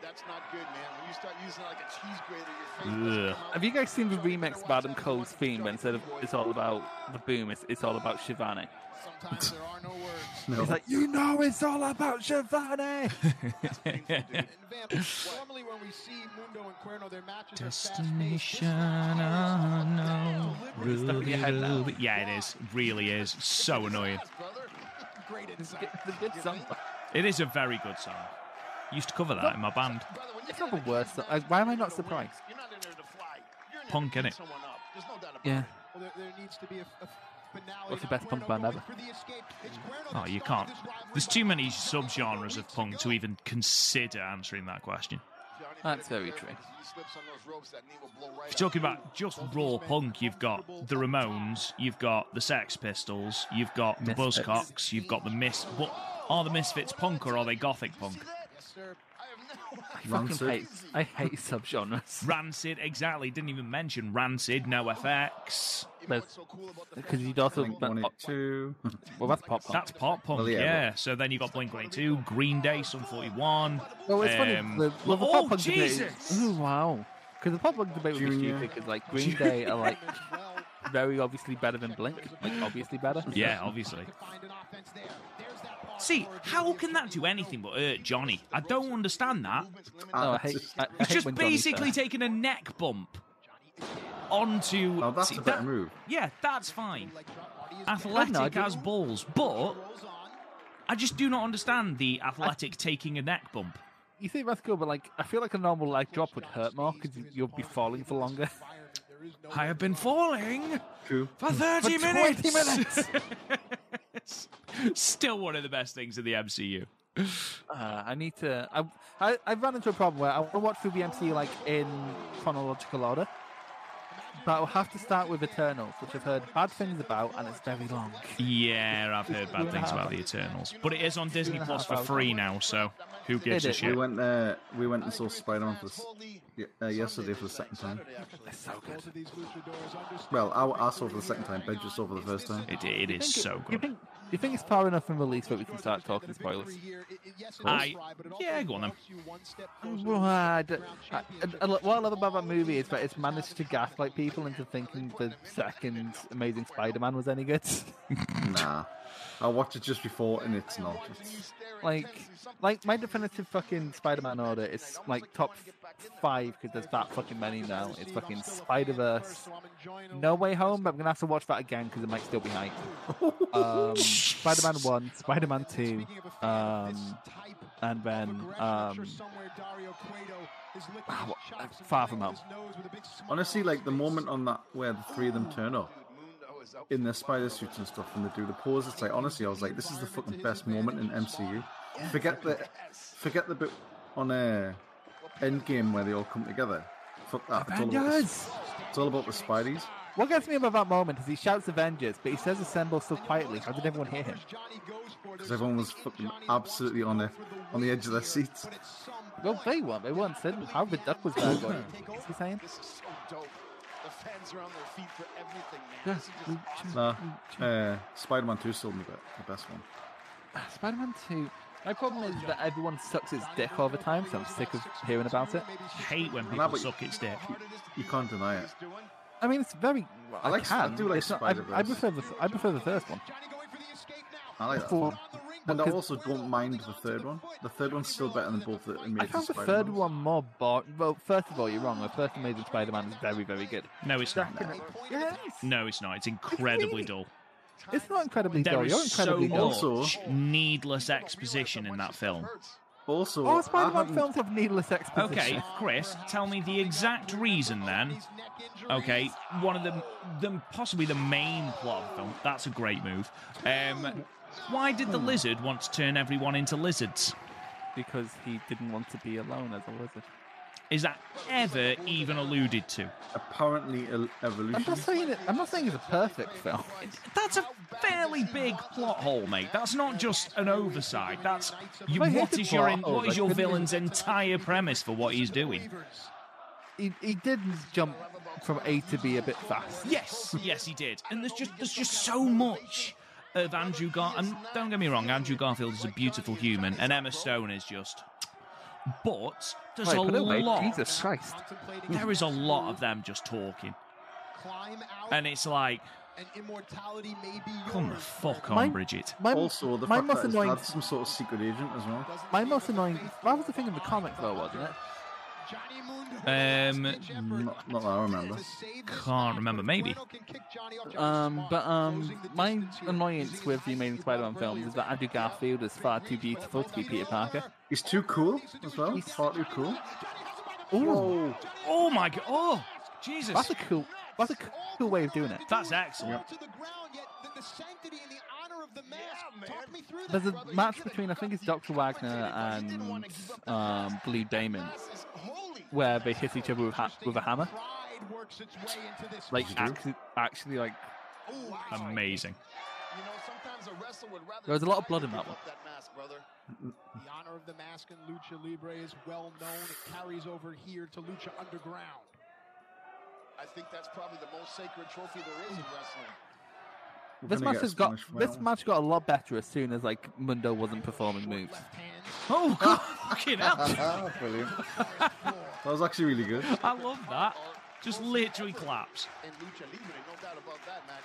[SPEAKER 4] That's not good, man. When you start using like a cheese grater, your face.
[SPEAKER 1] Ugh.
[SPEAKER 2] Have you guys seen the remix of Adam Cole's theme? Where instead of it's all about the boom, it's, it's all about Shivani.
[SPEAKER 4] Sometimes there are no words.
[SPEAKER 3] No.
[SPEAKER 2] He's like, you know, it's all about Shivani.
[SPEAKER 5] And Van, normally when we see Mundo and Cuerno, their matches
[SPEAKER 1] Destination
[SPEAKER 5] are fast-paced. This match is
[SPEAKER 1] unknown.
[SPEAKER 5] deliberate.
[SPEAKER 1] Ruby,
[SPEAKER 2] head now.
[SPEAKER 1] Ruby. Yeah, it is. Really is. So annoying.
[SPEAKER 5] Yes, brother. Great insight.
[SPEAKER 2] It's a good song.
[SPEAKER 1] It is a very good song. Used to cover that in my band.
[SPEAKER 5] Brother, when
[SPEAKER 2] It's
[SPEAKER 5] you're
[SPEAKER 2] not the
[SPEAKER 5] in a
[SPEAKER 2] worst.
[SPEAKER 5] cage
[SPEAKER 2] I-
[SPEAKER 5] match,
[SPEAKER 2] why am
[SPEAKER 5] you're
[SPEAKER 2] I
[SPEAKER 5] in
[SPEAKER 2] not
[SPEAKER 5] there to win.
[SPEAKER 2] surprised?
[SPEAKER 5] You're not in there to fly. You're in there
[SPEAKER 1] Punk,
[SPEAKER 5] to beat
[SPEAKER 1] innit?
[SPEAKER 5] someone up. There's no doubt about
[SPEAKER 2] Yeah.
[SPEAKER 5] it. Well, there, there needs to be a, a finale.
[SPEAKER 2] What's the
[SPEAKER 5] Now
[SPEAKER 2] best punk
[SPEAKER 5] Cuerno
[SPEAKER 2] band
[SPEAKER 5] going
[SPEAKER 2] ever?
[SPEAKER 5] for the escape. It's Cuerno
[SPEAKER 1] Oh,
[SPEAKER 5] that
[SPEAKER 1] you
[SPEAKER 5] started
[SPEAKER 1] can't.
[SPEAKER 5] this rivalry
[SPEAKER 1] There's
[SPEAKER 5] by
[SPEAKER 1] too many
[SPEAKER 5] knocking out
[SPEAKER 1] subgenres of
[SPEAKER 5] Cuerno
[SPEAKER 1] punk to
[SPEAKER 5] weeks ago.
[SPEAKER 1] even consider answering that question.
[SPEAKER 5] Johnny
[SPEAKER 2] That's
[SPEAKER 5] better be
[SPEAKER 2] very true.
[SPEAKER 5] careful 'cause if he slips on those ropes, that knee will blow right
[SPEAKER 1] If you're talking
[SPEAKER 5] out.
[SPEAKER 1] about just
[SPEAKER 5] Both these
[SPEAKER 1] raw
[SPEAKER 5] men
[SPEAKER 1] punk, you've
[SPEAKER 5] comfortable
[SPEAKER 1] got the
[SPEAKER 5] up top.
[SPEAKER 1] Ramones, you've got the Sex Pistols, you've got the
[SPEAKER 2] Misfits.
[SPEAKER 1] Buzzcocks, you've got the Mis. What are the Misfits punk or are they gothic punk?
[SPEAKER 5] Yes, sir. I have no
[SPEAKER 2] Fucking
[SPEAKER 3] Rancid.
[SPEAKER 2] hate. I hate subgenres
[SPEAKER 1] Rancid, exactly. Didn't even mention Rancid. No FX.
[SPEAKER 5] You know
[SPEAKER 2] There's-
[SPEAKER 5] what's so cool about the
[SPEAKER 2] because
[SPEAKER 5] fact
[SPEAKER 2] you'd
[SPEAKER 5] that
[SPEAKER 2] also
[SPEAKER 5] Cuerno-
[SPEAKER 3] Blink 182.
[SPEAKER 2] well, that's pop punk.
[SPEAKER 1] That's pop punk.
[SPEAKER 3] Well,
[SPEAKER 1] yeah.
[SPEAKER 3] yeah,
[SPEAKER 1] So then you got Blink 182, Green Day, Sun 41.
[SPEAKER 2] Well, it's funny.
[SPEAKER 1] Um,
[SPEAKER 2] The, well, the
[SPEAKER 1] oh,
[SPEAKER 2] pop punk debate.
[SPEAKER 1] Jesus!
[SPEAKER 2] Is, ooh, wow. Because the pop punk debate would be
[SPEAKER 3] Junior.
[SPEAKER 2] stupid because like Green Day are like
[SPEAKER 5] Well,
[SPEAKER 2] very obviously better than Blink, like obviously better.
[SPEAKER 1] Yeah, obviously.
[SPEAKER 5] could find an offense there. There's that bar
[SPEAKER 1] See,
[SPEAKER 5] for a
[SPEAKER 1] how
[SPEAKER 5] Junior
[SPEAKER 1] can
[SPEAKER 5] to
[SPEAKER 1] that do
[SPEAKER 5] be
[SPEAKER 1] anything
[SPEAKER 5] known.
[SPEAKER 1] but hurt Johnny? I don't understand that.
[SPEAKER 5] Movements limited.
[SPEAKER 2] Oh, I hate. I, I
[SPEAKER 1] It's
[SPEAKER 2] hate
[SPEAKER 1] just
[SPEAKER 2] when Johnny
[SPEAKER 1] basically
[SPEAKER 2] says-
[SPEAKER 1] taking a neck bump onto.
[SPEAKER 3] Oh, that's
[SPEAKER 1] See,
[SPEAKER 3] a better
[SPEAKER 1] that-
[SPEAKER 3] move.
[SPEAKER 1] Yeah, that's fine.
[SPEAKER 5] Leg drop, body is
[SPEAKER 2] No, I
[SPEAKER 1] Athletic
[SPEAKER 2] didn't.
[SPEAKER 1] as balls, but
[SPEAKER 5] rolls on.
[SPEAKER 1] I just do not understand the athletic taking a neck bump.
[SPEAKER 2] You think that's cool, but like I feel like a normal leg drop would hurt more because you'll be falling for longer.
[SPEAKER 5] Environment, there is no
[SPEAKER 1] I have been falling
[SPEAKER 3] True.
[SPEAKER 1] for 30
[SPEAKER 2] For 20
[SPEAKER 1] minutes. Still one of the best things in the MCU.
[SPEAKER 2] Uh, I need to. I, I I've run into a problem where I want to watch through BMC like in chronological order, but I'll have to start with Eternals, which I've heard bad things about, and it's very long.
[SPEAKER 1] Yeah, I've heard bad things about the Eternals, but it is on Disney Plus for free now, so who gives a
[SPEAKER 2] It is.
[SPEAKER 3] We
[SPEAKER 1] shit?
[SPEAKER 3] went there. We went and saw Spider-Man for the, s-
[SPEAKER 5] Holy
[SPEAKER 3] y- uh, yesterday for the second time.
[SPEAKER 5] Saturday, actually.
[SPEAKER 2] So good.
[SPEAKER 5] Both of these luchadors understood
[SPEAKER 3] Well, I, I saw for the second time. Ben just saw for the first time.
[SPEAKER 1] It, it
[SPEAKER 2] You
[SPEAKER 1] is
[SPEAKER 2] think it-
[SPEAKER 1] so
[SPEAKER 2] You
[SPEAKER 1] good.
[SPEAKER 2] think, you think it's far enough in release that we can
[SPEAKER 5] Luchadors
[SPEAKER 2] start
[SPEAKER 5] understand
[SPEAKER 2] talking
[SPEAKER 5] that a
[SPEAKER 2] spoilers?
[SPEAKER 5] victory here, it- it- yes, it
[SPEAKER 1] I-
[SPEAKER 5] is dry, but it
[SPEAKER 1] yeah,
[SPEAKER 5] also
[SPEAKER 1] go on then.
[SPEAKER 5] helps you one step closer to
[SPEAKER 2] Well, I d-
[SPEAKER 5] ground
[SPEAKER 2] I-
[SPEAKER 5] championship.
[SPEAKER 2] I- what I love about that movie is that it's managed to gaslight people into thinking the second Amazing Spider-Man was any good.
[SPEAKER 3] Nah, I watched it just before, and it's not. It's,
[SPEAKER 2] like, like my definitive fucking Spider-Man order is like top f- five because there's that fucking many now. It's fucking Spider-Verse, No Way Home, but I'm gonna have to watch that again because it might still be hype. Um, Spider-Man One, Spider-Man Two, um, and then um, wow, uh, Far From Home.
[SPEAKER 3] honestly, like the moment on that where the three of them turn up in their spider suits and stuff, and they do the pause. It's like honestly, I was like, this is the fucking best moment in MCU. Forget the, forget the bit on uh, Endgame where they all come together. Fuck that. It's all, about the,
[SPEAKER 2] Avengers.
[SPEAKER 3] s- it's all about the Spideys.
[SPEAKER 2] What gets me about that moment is he shouts Avengers, but he says assemble so quietly. How did everyone hear him?
[SPEAKER 3] because everyone was fucking absolutely on the on the edge of their seats.
[SPEAKER 2] Well, they weren't. They weren't. Sid Howard the Duck was there going, what's he saying?
[SPEAKER 5] This is so dope. The fans are on their feet for everything, man.
[SPEAKER 2] Yeah,
[SPEAKER 5] This is just
[SPEAKER 2] we-
[SPEAKER 5] awesome.
[SPEAKER 3] Nah, uh, Spider-Man 2 is still the be- the best one.
[SPEAKER 2] Ah, Spider-Man 2. My problem is that everyone sucks his dick all the time, so I'm sick of hearing about it.
[SPEAKER 1] Hate when
[SPEAKER 3] Nah,
[SPEAKER 1] people
[SPEAKER 3] but-
[SPEAKER 1] suck its dick.
[SPEAKER 3] You can't deny it.
[SPEAKER 2] I mean, it's very... I,
[SPEAKER 3] like- I
[SPEAKER 2] can.
[SPEAKER 3] do like
[SPEAKER 2] It's not- I- I,
[SPEAKER 3] Spider-Verse.
[SPEAKER 2] prefer the, I prefer the first one.
[SPEAKER 5] Johnny going for the escape now.
[SPEAKER 3] I like that.
[SPEAKER 2] For-
[SPEAKER 3] one.
[SPEAKER 2] but
[SPEAKER 3] And I
[SPEAKER 2] 'cause-
[SPEAKER 3] also don't mind the third one. The third one's still better than both the amazing
[SPEAKER 2] I found the
[SPEAKER 3] Spider-Mans.
[SPEAKER 2] third one more boring. Well, first of all, you're wrong. The first Amazing Spider-Man is very, very good.
[SPEAKER 1] No, it's not.
[SPEAKER 2] Yes!
[SPEAKER 1] No, it's not. It's incredibly
[SPEAKER 2] Really?
[SPEAKER 1] dull.
[SPEAKER 2] It's not incredibly
[SPEAKER 1] There
[SPEAKER 2] dull.
[SPEAKER 1] is
[SPEAKER 2] You're incredibly
[SPEAKER 1] so
[SPEAKER 2] dull.
[SPEAKER 1] much
[SPEAKER 3] Also,
[SPEAKER 1] needless exposition in that film.
[SPEAKER 3] Also,
[SPEAKER 2] All
[SPEAKER 3] I
[SPEAKER 2] Oh, Spider-Man
[SPEAKER 3] haven't,
[SPEAKER 2] films have needless exposition.
[SPEAKER 1] Okay, Chris, tell me the exact reason then. Okay, one of the, the possibly the main plot of the film. That's a great move. Um, why did
[SPEAKER 2] Hmm.
[SPEAKER 1] the lizard want to turn everyone into lizards?
[SPEAKER 2] Because he didn't want to be alone as a wizard.
[SPEAKER 1] Is that ever even alluded to?
[SPEAKER 3] apparently a,
[SPEAKER 2] I'm
[SPEAKER 3] Evolution.
[SPEAKER 2] not saying it, I'm not saying it's a perfect film.
[SPEAKER 1] That's a fairly big plot hole, mate. That's not just an oversight. That's you,
[SPEAKER 2] I hate
[SPEAKER 1] what
[SPEAKER 2] the
[SPEAKER 1] is your
[SPEAKER 2] plot hole,
[SPEAKER 1] what is
[SPEAKER 2] like,
[SPEAKER 1] your
[SPEAKER 2] couldn't they-
[SPEAKER 1] villain's entire premise for what he's doing?
[SPEAKER 2] He, he did jump from A to B a bit fast.
[SPEAKER 1] Yes, yes, he did. And there's just there's just so much of Andrew Gar. And don't get me wrong, Andrew Garfield is a beautiful human, and Emma Stone is just. But there's
[SPEAKER 2] Right,
[SPEAKER 1] a
[SPEAKER 2] put it away.
[SPEAKER 1] lot.
[SPEAKER 2] Jesus Christ.
[SPEAKER 1] There is a lot of them just talking, and it's like,
[SPEAKER 5] and immortality may be
[SPEAKER 1] Come the
[SPEAKER 5] yours,
[SPEAKER 1] fuck on,
[SPEAKER 5] friend.
[SPEAKER 2] Mine-
[SPEAKER 1] Bridget.
[SPEAKER 2] My,
[SPEAKER 3] also, the
[SPEAKER 2] my
[SPEAKER 3] fact
[SPEAKER 2] most
[SPEAKER 3] that it's
[SPEAKER 2] annoying
[SPEAKER 3] had some sort of secret agent as well.
[SPEAKER 5] Doesn't
[SPEAKER 2] my
[SPEAKER 5] leave
[SPEAKER 2] most
[SPEAKER 5] with a
[SPEAKER 2] annoying
[SPEAKER 5] faithful
[SPEAKER 2] that was the thing in the
[SPEAKER 5] mind
[SPEAKER 2] comic
[SPEAKER 5] of
[SPEAKER 2] though,
[SPEAKER 5] a
[SPEAKER 2] wasn't it?
[SPEAKER 5] hunter. Johnny Moon to
[SPEAKER 1] Um,
[SPEAKER 5] last ditch effort
[SPEAKER 3] Not, not that I remember.
[SPEAKER 5] to save this
[SPEAKER 1] Can't
[SPEAKER 5] match,
[SPEAKER 1] remember,
[SPEAKER 5] but
[SPEAKER 1] maybe.
[SPEAKER 5] Bueno can kick Johnny off Johnny's
[SPEAKER 2] Um,
[SPEAKER 5] spot,
[SPEAKER 2] but um,
[SPEAKER 5] closing the
[SPEAKER 2] my
[SPEAKER 5] distance here.
[SPEAKER 2] annoyance
[SPEAKER 5] Using
[SPEAKER 2] with
[SPEAKER 5] an
[SPEAKER 2] the main
[SPEAKER 5] eye you
[SPEAKER 2] Spider-Man
[SPEAKER 5] brought up
[SPEAKER 2] films
[SPEAKER 5] earlier.
[SPEAKER 2] is that Andrew Garfield is far too beautiful to be Peter Parker.
[SPEAKER 3] He's too cool as well. Far too cool.
[SPEAKER 2] Ooh,
[SPEAKER 1] Oh my god! Oh, Jesus!
[SPEAKER 2] that's a cool, that's a cool way of doing it.
[SPEAKER 1] That's excellent.
[SPEAKER 5] To the ground, yet the, the sanctity and the honor of the mask. Talk me through that,
[SPEAKER 2] There's a
[SPEAKER 5] brother. You
[SPEAKER 2] match
[SPEAKER 5] could have
[SPEAKER 2] between I think it's
[SPEAKER 5] got
[SPEAKER 2] Doctor
[SPEAKER 5] the
[SPEAKER 2] Wagner
[SPEAKER 5] commentator, but he didn't
[SPEAKER 2] and
[SPEAKER 5] wanna give up the
[SPEAKER 2] um, Blue Damon,
[SPEAKER 5] pass. This is holy.
[SPEAKER 2] where they hit each other with, ha- with a hammer,
[SPEAKER 5] Pride works its way into this
[SPEAKER 2] like
[SPEAKER 5] match.
[SPEAKER 2] actually, actually like
[SPEAKER 5] Ooh, wow.
[SPEAKER 1] Amazing.
[SPEAKER 5] You know, sometimes a wrestler would rather
[SPEAKER 2] There was a lot of
[SPEAKER 5] die
[SPEAKER 2] blood
[SPEAKER 5] than
[SPEAKER 2] in that
[SPEAKER 5] give up That mask, brother. the honor of the mask in Lucha Libre is well known. It carries over here to Lucha Underground.
[SPEAKER 4] I think that's probably the most sacred trophy there is in wrestling.
[SPEAKER 3] We're
[SPEAKER 2] this
[SPEAKER 3] gonna
[SPEAKER 2] match
[SPEAKER 3] get
[SPEAKER 2] has got
[SPEAKER 3] smashed for that
[SPEAKER 2] this
[SPEAKER 3] one.
[SPEAKER 2] match got a lot better as soon as like Mundo wasn't performing
[SPEAKER 5] Short
[SPEAKER 2] moves.
[SPEAKER 5] Left hand,
[SPEAKER 1] Oh god! Fucking hell!
[SPEAKER 3] Ah, brilliant. That was actually really good.
[SPEAKER 1] I love that. Just literally claps.
[SPEAKER 4] And Lucha Libre, no doubt about that, Mac.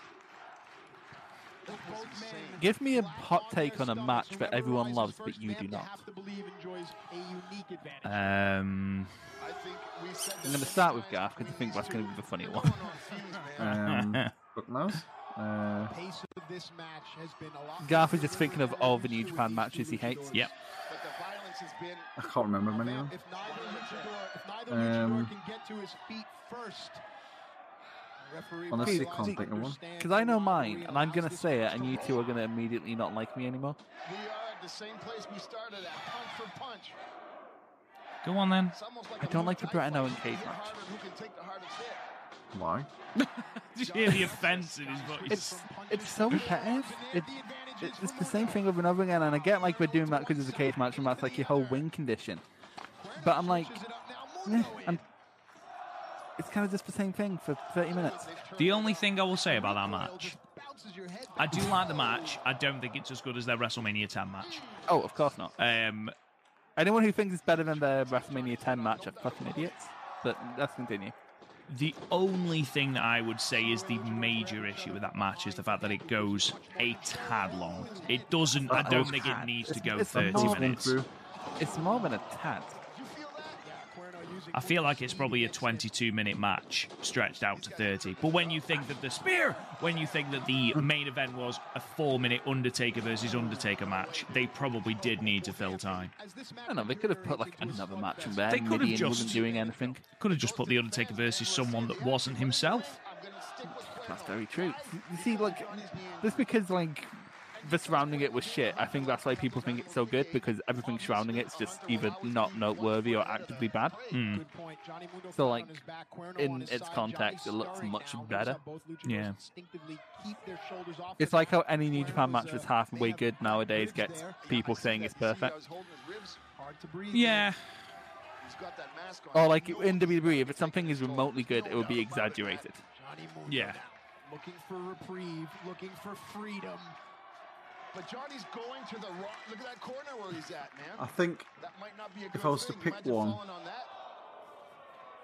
[SPEAKER 5] both men
[SPEAKER 2] Give me a
[SPEAKER 5] flat
[SPEAKER 2] hot take
[SPEAKER 5] their
[SPEAKER 2] on a
[SPEAKER 5] stomachs.
[SPEAKER 2] match that
[SPEAKER 5] Whoever
[SPEAKER 2] everyone
[SPEAKER 5] rises
[SPEAKER 2] loves but
[SPEAKER 5] first,
[SPEAKER 2] you
[SPEAKER 5] man,
[SPEAKER 2] do
[SPEAKER 5] they
[SPEAKER 2] not. Uh,
[SPEAKER 5] have to believe enjoys a unique advantage.
[SPEAKER 1] Um,
[SPEAKER 4] I think we said
[SPEAKER 2] I'm gonna start with Garth because I think that's gonna be the funny one.
[SPEAKER 3] Um, Bookmouse. Uh,
[SPEAKER 5] pace of this match has been a lot.
[SPEAKER 2] Garth is just thinking of all the New Japan matches he hates.
[SPEAKER 1] yep.
[SPEAKER 4] But the violence has been
[SPEAKER 3] I can't remember many of them.
[SPEAKER 5] If neither luchador, if neither
[SPEAKER 3] Um,
[SPEAKER 5] luchador can get to his feet first, the referee
[SPEAKER 3] Honestly,
[SPEAKER 5] must
[SPEAKER 3] can't think of one.
[SPEAKER 5] understand
[SPEAKER 2] Because I know
[SPEAKER 5] the
[SPEAKER 2] mine,
[SPEAKER 5] rivalry
[SPEAKER 2] and I'm
[SPEAKER 5] allows
[SPEAKER 2] gonna
[SPEAKER 5] this
[SPEAKER 2] say it,
[SPEAKER 5] match
[SPEAKER 2] and
[SPEAKER 5] to
[SPEAKER 2] you two
[SPEAKER 5] roll.
[SPEAKER 2] are gonna immediately not like me anymore.
[SPEAKER 4] we are at the same place we started at, punch for punch.
[SPEAKER 1] Go on then.
[SPEAKER 4] It's almost like
[SPEAKER 2] I
[SPEAKER 4] a
[SPEAKER 2] don't
[SPEAKER 4] Muay
[SPEAKER 2] like the
[SPEAKER 4] Thai
[SPEAKER 2] Brett and
[SPEAKER 4] fight.
[SPEAKER 2] Owen
[SPEAKER 4] Who
[SPEAKER 2] Cage
[SPEAKER 4] hit
[SPEAKER 2] match.
[SPEAKER 4] harder, Who can take the hardest hit?
[SPEAKER 3] Why?
[SPEAKER 1] Just hear the offence in his voice.
[SPEAKER 2] It's it's so repetitive. It, it, it's the same thing over and over again, and I get like we're doing that because it's a cage match, and that's like your whole win condition. But I'm like, eh, I'm, it's kind of just the same thing for 30 minutes.
[SPEAKER 1] the only thing I will say about that match,
[SPEAKER 5] Bounces your head
[SPEAKER 1] I do like the match. I don't think it's as good as their WrestleMania 10 match.
[SPEAKER 2] Oh, of course not.
[SPEAKER 1] Um,
[SPEAKER 2] Anyone who thinks it's better than the WrestleMania 10 match are fucking idiots. But let's continue.
[SPEAKER 1] the only thing that I would say is the major issue with that match is the fact that it goes a tad long. It doesn't. I don't think it needs to go
[SPEAKER 2] oh, It's-
[SPEAKER 1] 30
[SPEAKER 2] it's amazing.
[SPEAKER 1] minutes.
[SPEAKER 3] Through.
[SPEAKER 2] It's more than a tad.
[SPEAKER 1] I feel like it's probably a 22 minute match stretched out to 30. But when you think that the spear, when you think that the main event was a four minute Undertaker versus Undertaker match, they probably did need to fill time.
[SPEAKER 2] I don't know, they could have put like another match in there.
[SPEAKER 1] They could have
[SPEAKER 2] Midian wasn't
[SPEAKER 1] just-
[SPEAKER 2] doing anything.
[SPEAKER 1] Could have just put the Undertaker versus someone that wasn't himself.
[SPEAKER 2] That's very true. You see, like, just because like the surrounding it was shit, I think that's why people think it's so good because everything surrounding it's just either not noteworthy or actively bad.
[SPEAKER 5] Hmm.
[SPEAKER 1] Hmm.
[SPEAKER 2] Hmm.
[SPEAKER 5] Good point. Johnny Mundo
[SPEAKER 2] So,
[SPEAKER 5] fell on
[SPEAKER 2] like,
[SPEAKER 5] his back, Cuerno
[SPEAKER 2] in
[SPEAKER 5] on his
[SPEAKER 2] its
[SPEAKER 5] side,
[SPEAKER 2] context,
[SPEAKER 5] Johnny's
[SPEAKER 2] it looks
[SPEAKER 5] stirring
[SPEAKER 2] much
[SPEAKER 5] now. Notice
[SPEAKER 2] better.
[SPEAKER 5] how both luchadors
[SPEAKER 1] Yeah.
[SPEAKER 5] instinctively keep their shoulders off
[SPEAKER 2] It's
[SPEAKER 5] the
[SPEAKER 2] like how
[SPEAKER 5] mat.
[SPEAKER 2] any New
[SPEAKER 5] Cuerno
[SPEAKER 2] Japan
[SPEAKER 5] is,
[SPEAKER 2] match that's
[SPEAKER 5] uh,
[SPEAKER 2] halfway
[SPEAKER 5] they have
[SPEAKER 2] good
[SPEAKER 5] good
[SPEAKER 2] nowadays
[SPEAKER 5] ribs
[SPEAKER 2] gets
[SPEAKER 5] there.
[SPEAKER 2] people saying it's perfect.
[SPEAKER 5] hard to breathe.
[SPEAKER 1] Yeah.
[SPEAKER 4] He's got that mask on.
[SPEAKER 2] Or Oh, like in WWE, if something is remotely good, it will be exaggerated.
[SPEAKER 5] Johnny Mundo
[SPEAKER 1] Yeah.
[SPEAKER 5] now, Looking for reprieve, looking for freedom.
[SPEAKER 4] But Johnny's going to the wrong. Look at that corner where he's at, man.
[SPEAKER 3] I think
[SPEAKER 4] That might not be a good
[SPEAKER 3] Uh, If I was to
[SPEAKER 4] thing.
[SPEAKER 3] pick
[SPEAKER 4] Imagine
[SPEAKER 3] one-
[SPEAKER 4] falling on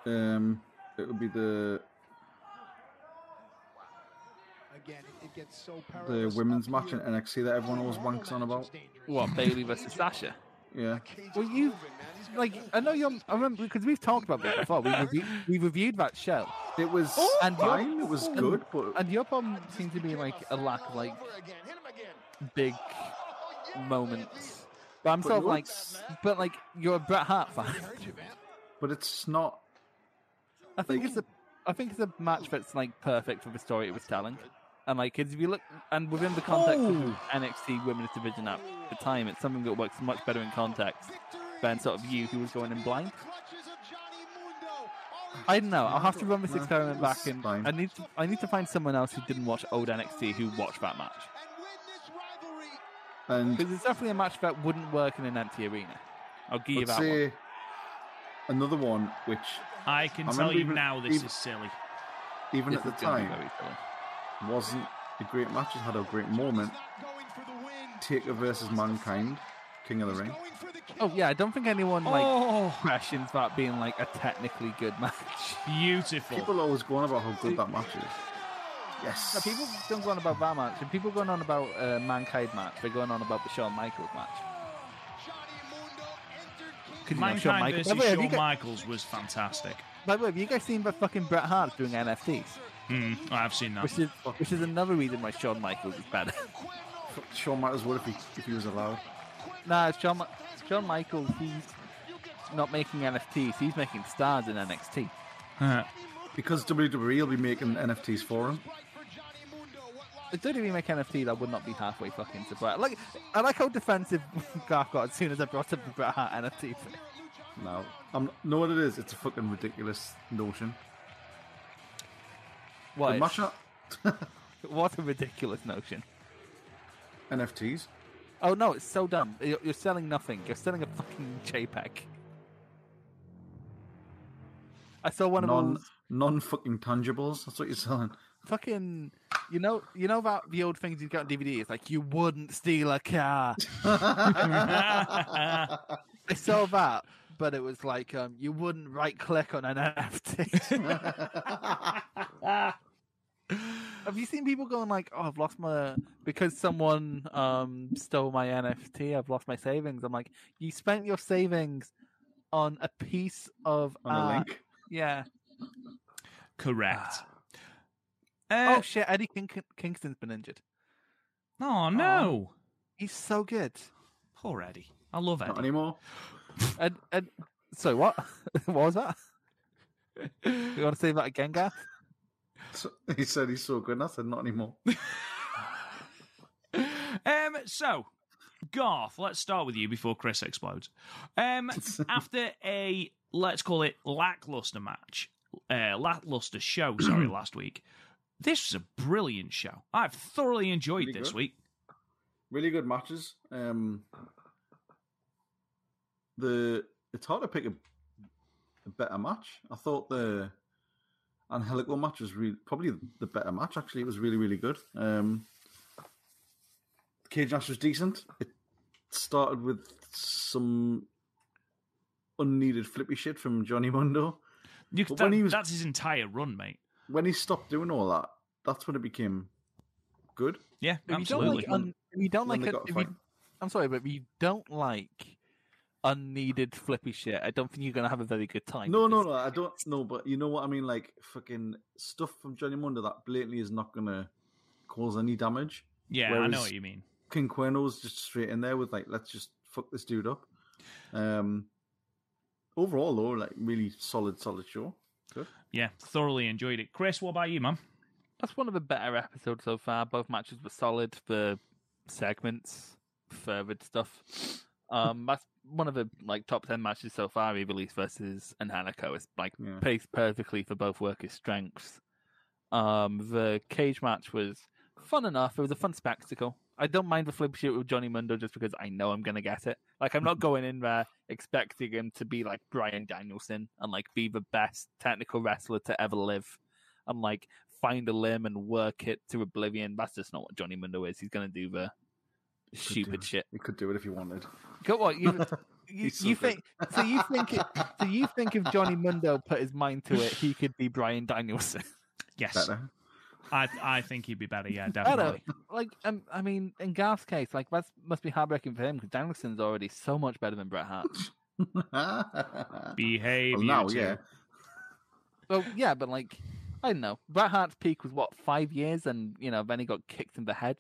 [SPEAKER 4] that.
[SPEAKER 3] um, it would be the
[SPEAKER 5] Again, it gets so
[SPEAKER 3] the
[SPEAKER 5] perilous
[SPEAKER 3] women's
[SPEAKER 5] up
[SPEAKER 3] match in
[SPEAKER 5] here.
[SPEAKER 3] NXT that everyone always wanks on about.
[SPEAKER 2] What Bailey versus Sasha?
[SPEAKER 3] Yeah.
[SPEAKER 2] Well, you like I know you're. I remember because we've talked about this before. We reviewed, we reviewed that show,
[SPEAKER 3] It was
[SPEAKER 2] Oh, And you're-
[SPEAKER 3] Oh, fine. It was
[SPEAKER 2] and-
[SPEAKER 3] good, but
[SPEAKER 2] and your problem seemed to be like a lack of like big moments. But I'm
[SPEAKER 3] But
[SPEAKER 2] sort of
[SPEAKER 3] you're-
[SPEAKER 2] like, but like you're a Bret Hart fan.
[SPEAKER 3] but it's not.
[SPEAKER 2] I think
[SPEAKER 3] Like-
[SPEAKER 2] it's a, I think it's a match that's like perfect for the story it was telling, and like 'cause if you look and within the context
[SPEAKER 1] Oh.
[SPEAKER 2] of NXT Women's Division at the time, it's something that works much better in context than sort of you who was going in blind. I don't know. I'll have to run this
[SPEAKER 3] No,
[SPEAKER 2] experiment back
[SPEAKER 3] it's
[SPEAKER 2] and
[SPEAKER 3] fine.
[SPEAKER 2] I need to, I need to find someone else who didn't watch old NXT who watched that match
[SPEAKER 3] And
[SPEAKER 2] because it's definitely a match that wouldn't work in an empty arena. I'll give you
[SPEAKER 3] I'd
[SPEAKER 2] that one.
[SPEAKER 3] say another one, which
[SPEAKER 1] I can
[SPEAKER 3] I
[SPEAKER 1] tell you
[SPEAKER 3] remember
[SPEAKER 1] now
[SPEAKER 3] even-
[SPEAKER 1] this
[SPEAKER 3] even-
[SPEAKER 1] is silly.
[SPEAKER 3] even
[SPEAKER 2] This
[SPEAKER 3] at the
[SPEAKER 2] is gonna be
[SPEAKER 3] time
[SPEAKER 2] very silly.
[SPEAKER 3] wasn't a great match, it had a great moment. Taker versus Mankind, King of the Ring.
[SPEAKER 2] Oh yeah, I don't think anyone like
[SPEAKER 1] oh,
[SPEAKER 2] questions that being like a technically good match.
[SPEAKER 1] beautiful.
[SPEAKER 3] People always go on about how good that match is. Yes.
[SPEAKER 2] Now, people don't go on about that match. If people going on about uh, Mankind match, they're going on about the Shawn Michaels match.
[SPEAKER 5] Johnny Mundo entered King
[SPEAKER 2] Could you have Shawn
[SPEAKER 1] Mankind
[SPEAKER 2] Michaels?
[SPEAKER 1] versus
[SPEAKER 2] By the way, have
[SPEAKER 1] Shawn
[SPEAKER 2] you guys-
[SPEAKER 1] Michaels was fantastic.
[SPEAKER 2] By the way, have you guys seen that fucking Bret Hart doing NFTs?
[SPEAKER 1] Hmm, I've seen that.
[SPEAKER 2] Which is which is another reason why Shawn Michaels is better.
[SPEAKER 3] Shawn might as well if he, if he was allowed.
[SPEAKER 2] nah, it's Shawn, Mi- Shawn Michaels, he's not making NFTs. He's making stars in NXT.
[SPEAKER 3] Because WWE will be making NFTs for him.
[SPEAKER 2] If WWE make NFT, I would not be halfway fucking surprised. Like, I like how defensive Garth got as soon as I brought up the Bret Hart NFT. thing.
[SPEAKER 3] No. I'm, know what it is? It's a fucking ridiculous notion. The
[SPEAKER 2] What?
[SPEAKER 3] match
[SPEAKER 2] What a ridiculous notion.
[SPEAKER 3] NFTs.
[SPEAKER 2] Oh no, it's so dumb. You're, you're selling nothing. You're selling a fucking JPEG. I saw one of
[SPEAKER 3] Non
[SPEAKER 2] those
[SPEAKER 3] non fucking tangibles. That's what you're selling.
[SPEAKER 2] fucking. You know, you know about the old things you get on DVD. It's like you wouldn't steal a car. I saw that, but it was like um, you wouldn't right click on an NFT. Have you seen people going like, "Oh, I've lost my because someone um stole my NFT. I've lost my savings." I'm like, you spent your savings on a piece of
[SPEAKER 3] On a
[SPEAKER 2] art."
[SPEAKER 3] link.
[SPEAKER 2] Yeah.
[SPEAKER 1] Correct.
[SPEAKER 2] Oh
[SPEAKER 3] Eh.
[SPEAKER 1] Uh,
[SPEAKER 2] shit! Eddie King- King- Kingston's been injured.
[SPEAKER 1] oh, no.
[SPEAKER 2] He's so good.
[SPEAKER 1] Poor Eddie. I love
[SPEAKER 3] Not
[SPEAKER 1] Eddie.
[SPEAKER 3] anymore.
[SPEAKER 2] And and so what? what was that? You want to say that again, Gath?
[SPEAKER 3] So, he said he's so good. And I said, not anymore.
[SPEAKER 1] Um, so, Garth, let's start with you before Chris explodes. Um, after a, let's call it lackluster match, uh, lackluster show, sorry, last week, this was a brilliant show. I've thoroughly enjoyed
[SPEAKER 3] Really
[SPEAKER 1] this
[SPEAKER 3] good.
[SPEAKER 1] week.
[SPEAKER 3] really good matches. Um, the it's hard to pick a, a better match. I thought the Angelico match was really, probably the better match. Actually, it was really really good. Um, Cage match was decent. It started with some unneeded flippy shit from Johnny Mundo.
[SPEAKER 1] You,
[SPEAKER 3] But
[SPEAKER 1] that-
[SPEAKER 3] when he was-
[SPEAKER 1] That's his entire run, mate.
[SPEAKER 3] When he stopped doing all that, that's when it became good.
[SPEAKER 1] Yeah,
[SPEAKER 2] If
[SPEAKER 1] absolutely.
[SPEAKER 2] You don't like, un- if you don't
[SPEAKER 3] When
[SPEAKER 2] like
[SPEAKER 3] they
[SPEAKER 2] it-
[SPEAKER 3] got a
[SPEAKER 2] if
[SPEAKER 3] fight.
[SPEAKER 2] you- I'm sorry, but if you don't like unneeded flippy shit, I don't think you're gonna have a very good time.
[SPEAKER 3] No,
[SPEAKER 2] with
[SPEAKER 3] no,
[SPEAKER 2] this.
[SPEAKER 3] no. I don't know, but you know what I mean. Like fucking stuff from Johnny Mundo that blatantly is not gonna cause any damage.
[SPEAKER 1] yeah, I know
[SPEAKER 3] whereas-
[SPEAKER 1] what you mean.
[SPEAKER 3] King Queno's just straight in there with like, let's just fuck this dude up. Um, overall though, like really solid, solid show.
[SPEAKER 1] Yeah, thoroughly enjoyed it. Chris, what about you, man?
[SPEAKER 2] That's one of the better episodes so far. Both matches were solid. The segments, fervid stuff. Um, that's one of the like top ten matches so far. Evilise versus Anhanico is like
[SPEAKER 3] Yeah.
[SPEAKER 2] paced perfectly for both workers' strengths. Um, the cage match was fun enough. It was a fun spectacle. I don't mind the flip shit with Johnny Mundo just because I know I'm gonna get it. Like I'm not going in there expecting him to be like Brian Danielson and like be the best technical wrestler to ever live and like find a limb and work it to oblivion. That's just not what Johnny Mundo is. He's gonna do the stupid shit.
[SPEAKER 3] You could do it if you wanted.
[SPEAKER 2] Go what you you,
[SPEAKER 3] He's so
[SPEAKER 2] you
[SPEAKER 3] good.
[SPEAKER 2] think so you think it, so you think if Johnny Mundo put his mind to it, he could be Brian Danielson.
[SPEAKER 1] Yes,
[SPEAKER 3] Better.
[SPEAKER 1] I I think he'd be better. Yeah,
[SPEAKER 2] I don't
[SPEAKER 1] definitely.
[SPEAKER 2] know. like um, I mean, in Garth's case, like that must be heartbreaking for him because Danielson's already so much better than Bret Hart.
[SPEAKER 3] well,
[SPEAKER 1] Behave. you
[SPEAKER 3] now,
[SPEAKER 1] two.
[SPEAKER 3] yeah.
[SPEAKER 2] well, yeah, but like I don't know, Bret Hart's peak was what five years, and you know then he got kicked in the head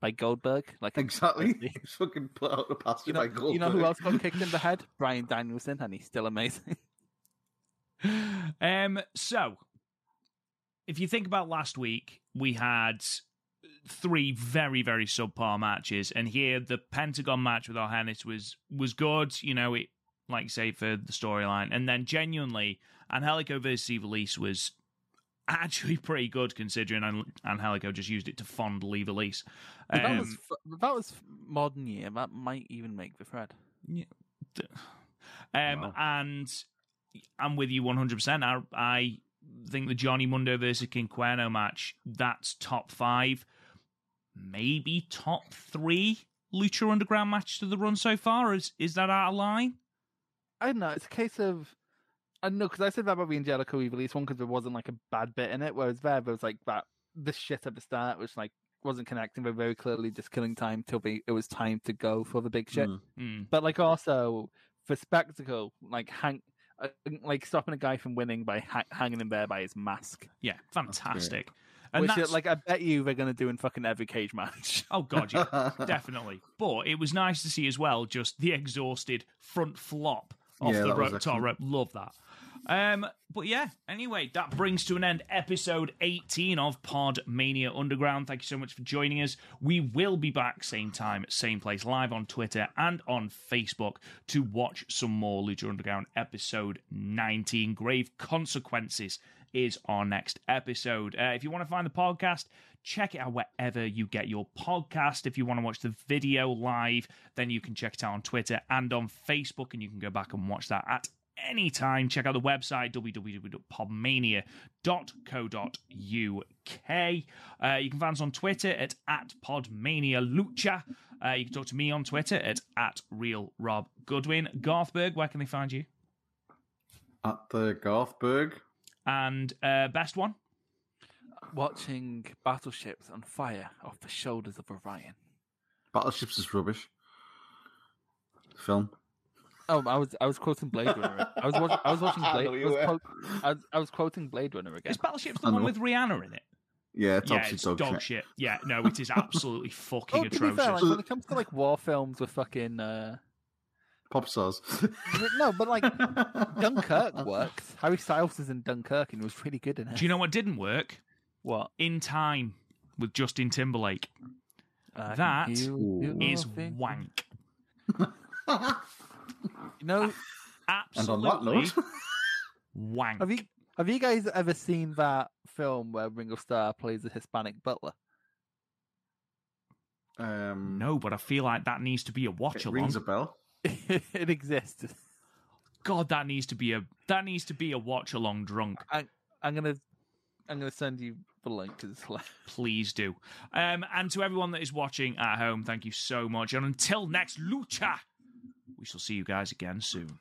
[SPEAKER 2] by Goldberg. Like
[SPEAKER 3] Exactly.
[SPEAKER 2] You
[SPEAKER 3] He's fucking put out the pasture
[SPEAKER 2] You know,
[SPEAKER 3] by Goldberg.
[SPEAKER 2] you know who else got kicked in the head? Brian Danielson, and he's still amazing.
[SPEAKER 1] Um, so, if you think about last week, we had three very very subpar matches, and here the Pentagon match with Arhanis was was good. You know, it like you say for the storyline, and then genuinely, Angelico versus Evilise was actually pretty good considering An- Angelico just used it to Um, fondle Evilise.
[SPEAKER 2] that was f- that was f- modern year. That might even make the thread.
[SPEAKER 1] Um,
[SPEAKER 3] Wow.
[SPEAKER 1] And I'm with you 100%. I, I think the Johnny Mundo versus Quinqueno match, that's top five, maybe top three Lucha Underground matches to the run so far. Is, is that out of line?
[SPEAKER 2] I don't know. It's a case of I don't know because I said that about the Angelico Evilise one because there wasn't like a bad bit in it, whereas there there was like that the shit at the start, which like wasn't connecting, but very clearly just killing time till we, it was time to go for the big shit.
[SPEAKER 3] Mm.
[SPEAKER 1] Mm.
[SPEAKER 2] But like also for spectacle, like hang, uh, like stopping a guy from winning by ha- hanging him there by his mask,
[SPEAKER 1] Yeah, fantastic. And
[SPEAKER 2] which
[SPEAKER 1] that's
[SPEAKER 2] uh, like I bet you they're gonna do in fucking every cage match.
[SPEAKER 1] oh god, yeah, definitely. But it was nice to see as well just the exhausted front flop off
[SPEAKER 3] Yeah,
[SPEAKER 1] the
[SPEAKER 3] that was
[SPEAKER 1] rope top
[SPEAKER 3] excellent.
[SPEAKER 1] rope. Love that. Um, but yeah, anyway, that brings to an end episode 18 of Pod Mania Underground. Thank you so much for joining us. We will be back same time, same place, live on Twitter and on Facebook to watch some more Lucha Underground episode 19. Grave Consequences is our next episode. Uh, if you want to find the podcast, check it out wherever you get your podcast. If you want to watch the video live, then you can check it out on Twitter and on Facebook, and you can go back and watch that at any time. Check out the website www.podmania.co.uk. Uh, you can find us on Twitter at, at podmanialucha. Uh, you can talk to me on Twitter at, at real Rob Goodwin. Garthberg, where can they find you?
[SPEAKER 3] At the Garthburg.
[SPEAKER 1] And uh, best one?
[SPEAKER 2] Watching battleships on fire off the shoulders of Orion.
[SPEAKER 3] Battleships is rubbish. Film.
[SPEAKER 2] Oh, I was I was quoting Blade Runner. I was watch, I was watching
[SPEAKER 4] I
[SPEAKER 2] Blade.
[SPEAKER 4] know
[SPEAKER 2] I
[SPEAKER 4] you
[SPEAKER 2] was,
[SPEAKER 4] were.
[SPEAKER 2] quote- I was, I was quoting Blade Runner again.
[SPEAKER 1] Is Battleship's the one with Rihanna in it?
[SPEAKER 3] Yeah, it's
[SPEAKER 1] yeah,
[SPEAKER 3] absolute
[SPEAKER 1] it's
[SPEAKER 3] dog, shit.
[SPEAKER 1] Yeah, no, it is absolutely fucking
[SPEAKER 2] Oh, to be
[SPEAKER 1] atrocious.
[SPEAKER 2] fair, like, when it comes to like war films with fucking uh,
[SPEAKER 3] Pop stars.
[SPEAKER 2] no, but like Dunkirk works. Harry Styles is in Dunkirk and he was really good in it.
[SPEAKER 1] Do you know what didn't work?
[SPEAKER 2] what?
[SPEAKER 1] In Time with Justin Timberlake. That Is wank.
[SPEAKER 2] no.
[SPEAKER 3] and on that
[SPEAKER 1] Absolutely
[SPEAKER 3] note,
[SPEAKER 1] wank.
[SPEAKER 2] Have you have you guys ever seen that film where Ringo Starr plays a Hispanic butler?
[SPEAKER 3] um,
[SPEAKER 1] No, but I feel like that needs to be a watch
[SPEAKER 3] it rings a
[SPEAKER 1] along.
[SPEAKER 3] bell.
[SPEAKER 2] it exists.
[SPEAKER 1] God, that needs to be a that needs to be a watch along drunk.
[SPEAKER 2] I'm gonna I'm gonna send you the link because it's like.
[SPEAKER 1] Please do. Um, and to everyone that is watching at home, thank you so much. And until next lucha, we shall see you guys again soon.